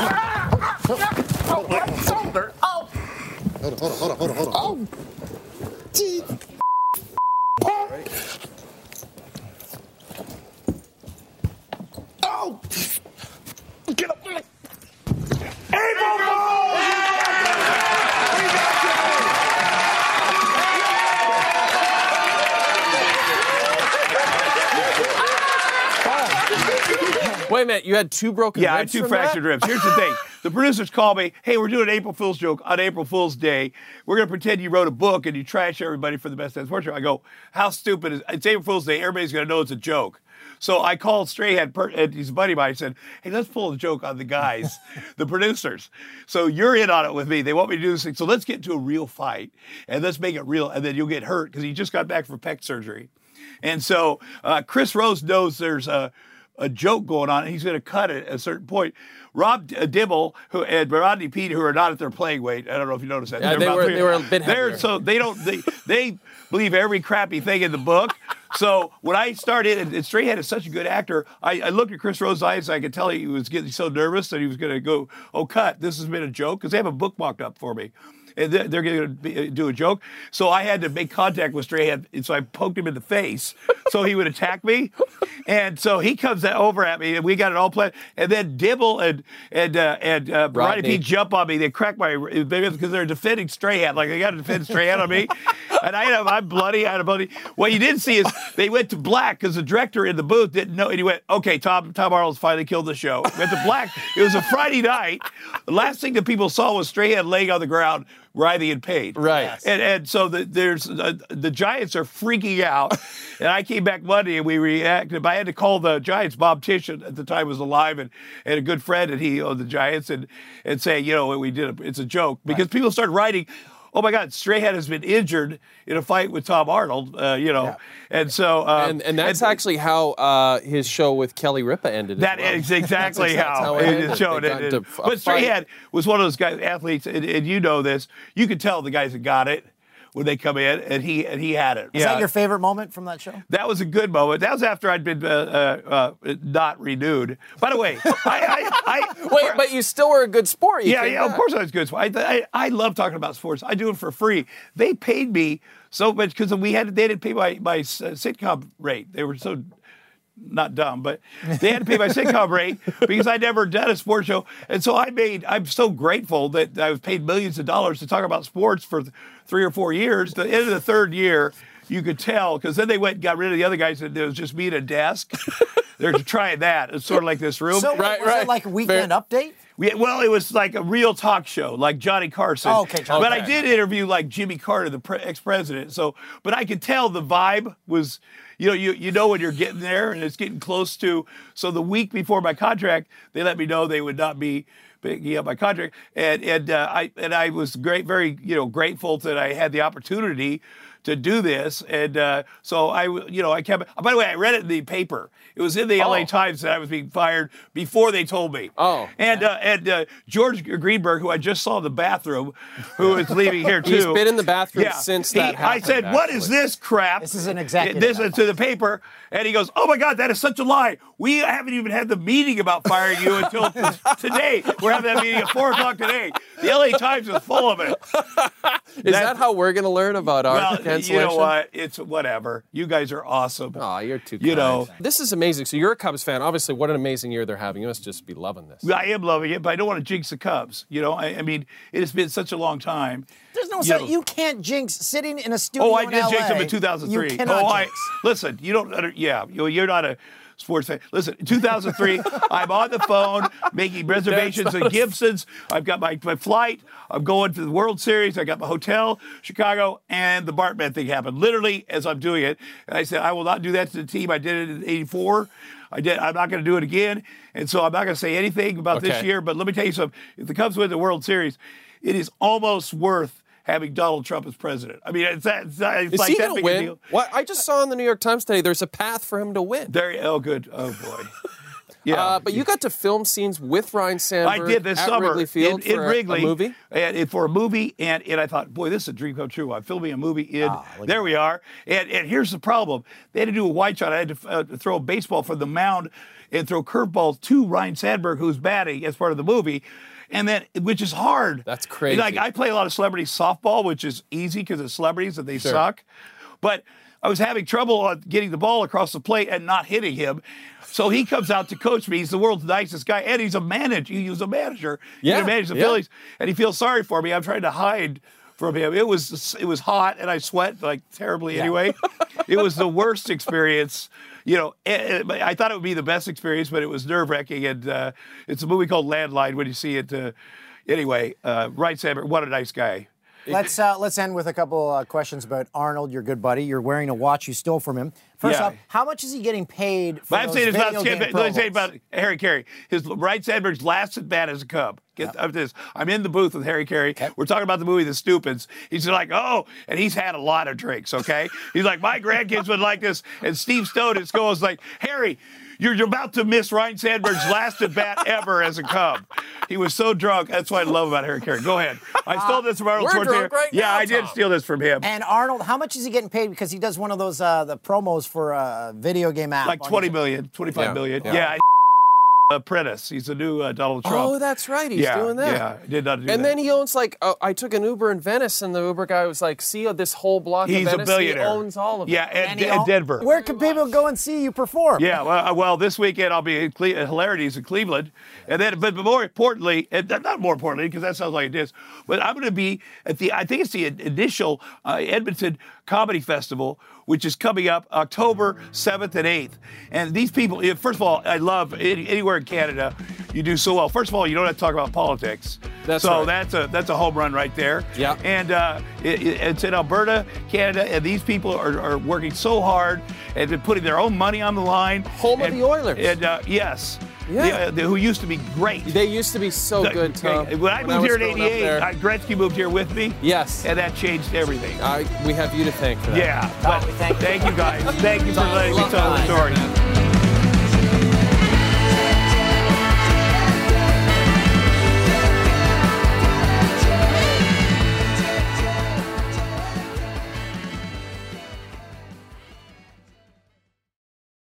[SPEAKER 15] Oh, right shoulder. Oh. Hold on, hold on, hold on, hold on, hold on. Oh. Gee. Oh. Get up. April
[SPEAKER 3] Wait a minute, you had two broken
[SPEAKER 12] Yeah, I had
[SPEAKER 3] ribs.
[SPEAKER 12] two
[SPEAKER 3] from
[SPEAKER 12] fractured
[SPEAKER 3] that?
[SPEAKER 12] ribs. Here's the thing. The producers called me, hey, we're doing an April Fool's joke on April Fool's Day. We're going to pretend you wrote a book and you trash everybody for the best dance sports show. I go, how stupid is It's April Fool's Day. Everybody's going to know it's a joke. So I called Strahan, per, and his buddy of mine, I said, hey, let's pull a joke on the guys, the producers. So you're in on it with me. They want me to do this thing. So let's get into a real fight and let's make it real. And then you'll get hurt because he just got back from pec surgery. And so uh, Chris Rose knows there's a, a joke going on, and he's going to cut it at a certain point. Rob D- uh, Dibble who, and Rodney Pete, who are not at their playing weight, I don't know if you noticed that.
[SPEAKER 3] Yeah,
[SPEAKER 12] They're
[SPEAKER 3] they
[SPEAKER 12] about
[SPEAKER 3] were-
[SPEAKER 12] three-
[SPEAKER 3] they were a bit
[SPEAKER 12] they're-
[SPEAKER 3] heavier.
[SPEAKER 12] So they don't they, they believe every crappy thing in the book. So when I started, and, and Strahan is such a good actor, I, I looked at Chris Rose's eyes. I could tell he was getting so nervous that he was going to go, "Oh, cut! This has been a joke," because they have a book mocked up for me and they're, they're going to do a joke. So I had to make contact with Strahan, and so I poked him in the face so he would attack me. And so he comes a- over at me, and we got it all planned. And then Dibble and and uh, and uh, Rodney
[SPEAKER 3] Rodney.
[SPEAKER 12] P jump on me. They crack my because they're defending Strahan. Like they got to defend Strahan on me. And I am I'm bloody. I'm bloody. What you didn't see is they went to black because the director in the booth didn't know. And he went, okay, Tom Tom Arnold's finally killed the show. Went to black. it was a Friday night. The last thing that people saw was Strahan laying on the ground where I get paid.
[SPEAKER 16] Right.
[SPEAKER 12] And and so the, there's uh, the Giants are freaking out, and I came back Monday and we reacted. I had to call the Giants. Bob Tishon at the time was alive and, and a good friend, and he owned the Giants, and and say you know we did a, it's a joke because people started writing. Oh my God! Strahan has been injured in a fight with Tom Arnold. Uh, you know, and so um,
[SPEAKER 3] and, and that's actually how uh, his show with Kelly Ripa ended. as
[SPEAKER 12] that
[SPEAKER 3] well.
[SPEAKER 12] is exactly
[SPEAKER 3] That's
[SPEAKER 12] how,
[SPEAKER 3] it
[SPEAKER 12] it
[SPEAKER 3] ended.
[SPEAKER 12] is shown.
[SPEAKER 3] They got
[SPEAKER 12] And,
[SPEAKER 3] into
[SPEAKER 12] and,
[SPEAKER 3] a
[SPEAKER 12] but
[SPEAKER 3] fight.
[SPEAKER 12] Strahan was one of those guys, athletes, and, and you know this. You could tell the guys that got it when they come in, and he and he had it.
[SPEAKER 6] Is that your favorite moment from that show?
[SPEAKER 12] That was a good moment. That was after I'd been uh, uh, uh, not renewed. By the way, I, I, I
[SPEAKER 3] wait, but you still were a good sport. You
[SPEAKER 12] yeah,
[SPEAKER 3] came
[SPEAKER 12] yeah, of
[SPEAKER 3] back.
[SPEAKER 12] course I was good. at sports. I, I, I love talking about sports. I do it for free. They paid me so much because we had they didn't pay my my s- uh, sitcom rate. They were so not dumb, but they had to pay my sitcom rate because I never done a sports show. And so I made. I'm so grateful that I was paid millions of dollars to talk about sports for th- three or four years. The end of the third year. You could tell because then they went and got rid of the other guys, and it was just me at a desk. They're trying that. It's sort of like this room.
[SPEAKER 6] So was it like a weekend update?
[SPEAKER 12] We, well, it was like a real talk show, like Johnny Carson.
[SPEAKER 6] Oh, okay, Johnny
[SPEAKER 12] But I
[SPEAKER 6] Carson.
[SPEAKER 12] did interview like Jimmy Carter, the pre- ex-president. So, but I could tell the vibe was, you know, you you know when you're getting there, and it's getting close to. So the week before my contract, they let me know they would not be picking up my contract, and and uh, I and I was great, very you know grateful that I had the opportunity. To do this, and uh, so I, w- you know, I kept. By the way, I read it in the paper. It was in the LA
[SPEAKER 3] Oh.
[SPEAKER 12] Times that I was being fired before they told me. Oh, and uh, and uh, George Greenberg, who I just saw in the bathroom, who is leaving here too.
[SPEAKER 3] He's been in the bathroom
[SPEAKER 12] Yeah.
[SPEAKER 3] since
[SPEAKER 12] He-
[SPEAKER 3] that happened,
[SPEAKER 12] I said, "What is
[SPEAKER 3] actually."
[SPEAKER 12] this crap?"
[SPEAKER 6] This is an
[SPEAKER 12] executive.
[SPEAKER 6] executive.
[SPEAKER 12] This is to the paper, and he goes, "Oh my God, that is such a lie. We haven't even had the meeting about firing you until today. We're having that meeting at four o'clock today. The LA Times is full of it."
[SPEAKER 3] Is that how we're going to learn about our
[SPEAKER 12] Well,
[SPEAKER 3] cancellation?
[SPEAKER 12] you know what? It's whatever. You guys are awesome.
[SPEAKER 3] Oh, you're too.
[SPEAKER 12] You
[SPEAKER 3] kind.
[SPEAKER 12] know.
[SPEAKER 3] this is amazing. So you're a Cubs fan, obviously. What an amazing year they're having. You must just be loving this.
[SPEAKER 12] I am loving it, but I don't want to jinx the Cubs. You know, I, I mean, it has been such a long time.
[SPEAKER 6] There's no
[SPEAKER 12] You
[SPEAKER 6] such.
[SPEAKER 12] know.
[SPEAKER 6] You can't jinx sitting in a studio.
[SPEAKER 12] Oh, I
[SPEAKER 6] in
[SPEAKER 12] did jinx
[SPEAKER 6] LA.
[SPEAKER 12] him in 2003.
[SPEAKER 6] You cannot
[SPEAKER 12] oh, I
[SPEAKER 6] jinx.
[SPEAKER 12] listen. You don't. Under, yeah, you- you're not a sports fan. Listen, 2003. I'm on the phone making reservations
[SPEAKER 3] not
[SPEAKER 12] at
[SPEAKER 3] a-
[SPEAKER 12] Gibson's. I've got my, my flight. I'm going to the World Series. I got my hotel, Chicago, and the Bartman thing happened literally as I'm doing it. And I said, I will not do that to the team. I did it in '84. I did. I'm not going to do it again. And so I'm not going to say anything about this
[SPEAKER 3] Okay.
[SPEAKER 12] year. But let me tell you something. If the Cubs win the World Series, it is almost worth having Donald Trump as president. I mean, it's that. It's, not- it's
[SPEAKER 3] Is
[SPEAKER 12] like
[SPEAKER 3] he
[SPEAKER 12] that
[SPEAKER 3] going to
[SPEAKER 12] big a
[SPEAKER 3] win?
[SPEAKER 12] deal.
[SPEAKER 3] What I just saw in the New York Times today, there's a path for him to win.
[SPEAKER 12] There. Oh, good. Oh boy. Yeah.
[SPEAKER 3] Uh, but you got to film scenes with Ryan Sandberg.
[SPEAKER 12] I did this
[SPEAKER 3] at
[SPEAKER 12] summer
[SPEAKER 3] Wrigley Field
[SPEAKER 12] in, in
[SPEAKER 3] for a-
[SPEAKER 12] Wrigley
[SPEAKER 3] a movie.
[SPEAKER 12] and, and for a movie, and, and I thought, boy, this is a dream come true. I'm filming a movie in.
[SPEAKER 3] Ah,
[SPEAKER 12] there we are, and and here's the problem: they had to do a wide shot. I had to uh, throw a baseball from the mound and throw curveball to Ryan Sandberg, who's batting as part of the movie. And then, which is hard. That's
[SPEAKER 3] crazy.
[SPEAKER 12] Like I play a lot of celebrity softball, which is easy because it's celebrities and they
[SPEAKER 3] Sure.
[SPEAKER 12] suck. But I was having trouble on getting the ball across the plate and not hitting him. So he comes out to coach me. He's the world's nicest guy, and he's a manager. He was a manager. He
[SPEAKER 3] Yeah,
[SPEAKER 12] managed the
[SPEAKER 3] yeah.
[SPEAKER 12] Phillies, and he feels sorry for me. I'm trying to hide from him. It was it was hot, and I sweat like terribly. Anyway, it was the worst experience. You know, eh, eh, but I thought it would be the best experience, but it was nerve wracking. And uh, it's a movie called Landline. When you see it, uh, anyway, uh, Wright Sandberg, what a nice guy.
[SPEAKER 6] Let's uh, let's end with a couple uh, questions about Arnold, your good buddy. You're wearing a watch you stole from him. First
[SPEAKER 12] Yeah.
[SPEAKER 6] off, how much is he getting paid for
[SPEAKER 12] But I'm
[SPEAKER 6] those
[SPEAKER 12] saying it's
[SPEAKER 6] video
[SPEAKER 12] about Skip.
[SPEAKER 6] game
[SPEAKER 12] Let me say
[SPEAKER 6] promos?
[SPEAKER 12] about Harry Carey. His Wright Sandberg's last at bat as a Cub. Get up this. I'm in the booth with Harry Carey. We're talking about the movie The Stupids. He's like, oh, and he's had a lot of drinks. Okay, he's like, my grandkids would like this. And Steve Stone is going like, Harry. You're, you're about to miss Ryan Sandberg's last at bat ever as a Cub. He was so drunk. That's what I love about Harry Carey. Go ahead. I stole this from Arnold
[SPEAKER 6] we're
[SPEAKER 12] Schwarzenegger.
[SPEAKER 6] drunk right
[SPEAKER 12] yeah,
[SPEAKER 6] now,
[SPEAKER 12] I did
[SPEAKER 6] Tom.
[SPEAKER 12] steal this from him.
[SPEAKER 6] And Arnold, how much is he getting paid because he does one of those uh, the promos for a video game app?
[SPEAKER 12] like
[SPEAKER 6] on
[SPEAKER 12] 20
[SPEAKER 6] his-
[SPEAKER 12] million, 25
[SPEAKER 6] Yeah,
[SPEAKER 12] million.
[SPEAKER 6] yeah.
[SPEAKER 12] Yeah. I- Apprentice. He's the new uh, Donald Trump.
[SPEAKER 3] Oh, that's right. He's
[SPEAKER 12] yeah,
[SPEAKER 3] doing that.
[SPEAKER 12] Yeah, I did not do
[SPEAKER 3] and
[SPEAKER 12] that.
[SPEAKER 3] then he owns like uh, I took an Uber in Venice, and the Uber guy was like, "See uh, this whole block of
[SPEAKER 12] He's a
[SPEAKER 3] Venice.
[SPEAKER 12] billionaire.
[SPEAKER 3] He owns all of
[SPEAKER 12] Yeah,
[SPEAKER 3] it."
[SPEAKER 12] and- And he and own- Denver.
[SPEAKER 6] Where can people go and see you perform?
[SPEAKER 12] yeah, well, uh, well, this weekend I'll be at Cle- uh, Hilarities in Cleveland, and then, but but more importantly, and th- not more importantly, because that sounds like it is, but I'm going to be at the, I think it's the in- initial uh, Edmonton Comedy Festival, which is coming up October 7th and 8th. And these people, yeah, first of all, I love any, anywhere in Canada, you do so well. First of all, you don't have to talk about politics.
[SPEAKER 17] That's
[SPEAKER 12] so
[SPEAKER 17] right.
[SPEAKER 12] that's a that's a home run right there.
[SPEAKER 17] Yeah.
[SPEAKER 12] And uh, it, it- it's in Alberta, Canada, and these people are, are working so hard and they're putting their own money on the line. Home
[SPEAKER 3] of the Oilers.
[SPEAKER 12] And uh, yes.
[SPEAKER 3] Yeah.
[SPEAKER 12] The- uh, the- who used to be great. They
[SPEAKER 3] used to be so good, Tom.
[SPEAKER 12] When I
[SPEAKER 3] When
[SPEAKER 12] moved
[SPEAKER 3] I was
[SPEAKER 12] here in
[SPEAKER 3] growing up
[SPEAKER 12] 88,
[SPEAKER 3] there.
[SPEAKER 12] I, Gretzky moved here with me.
[SPEAKER 3] Yes.
[SPEAKER 12] And that changed everything.
[SPEAKER 3] I, we have you to thank for that.
[SPEAKER 12] Yeah. But thank you guys. Thank you for letting me tell the story.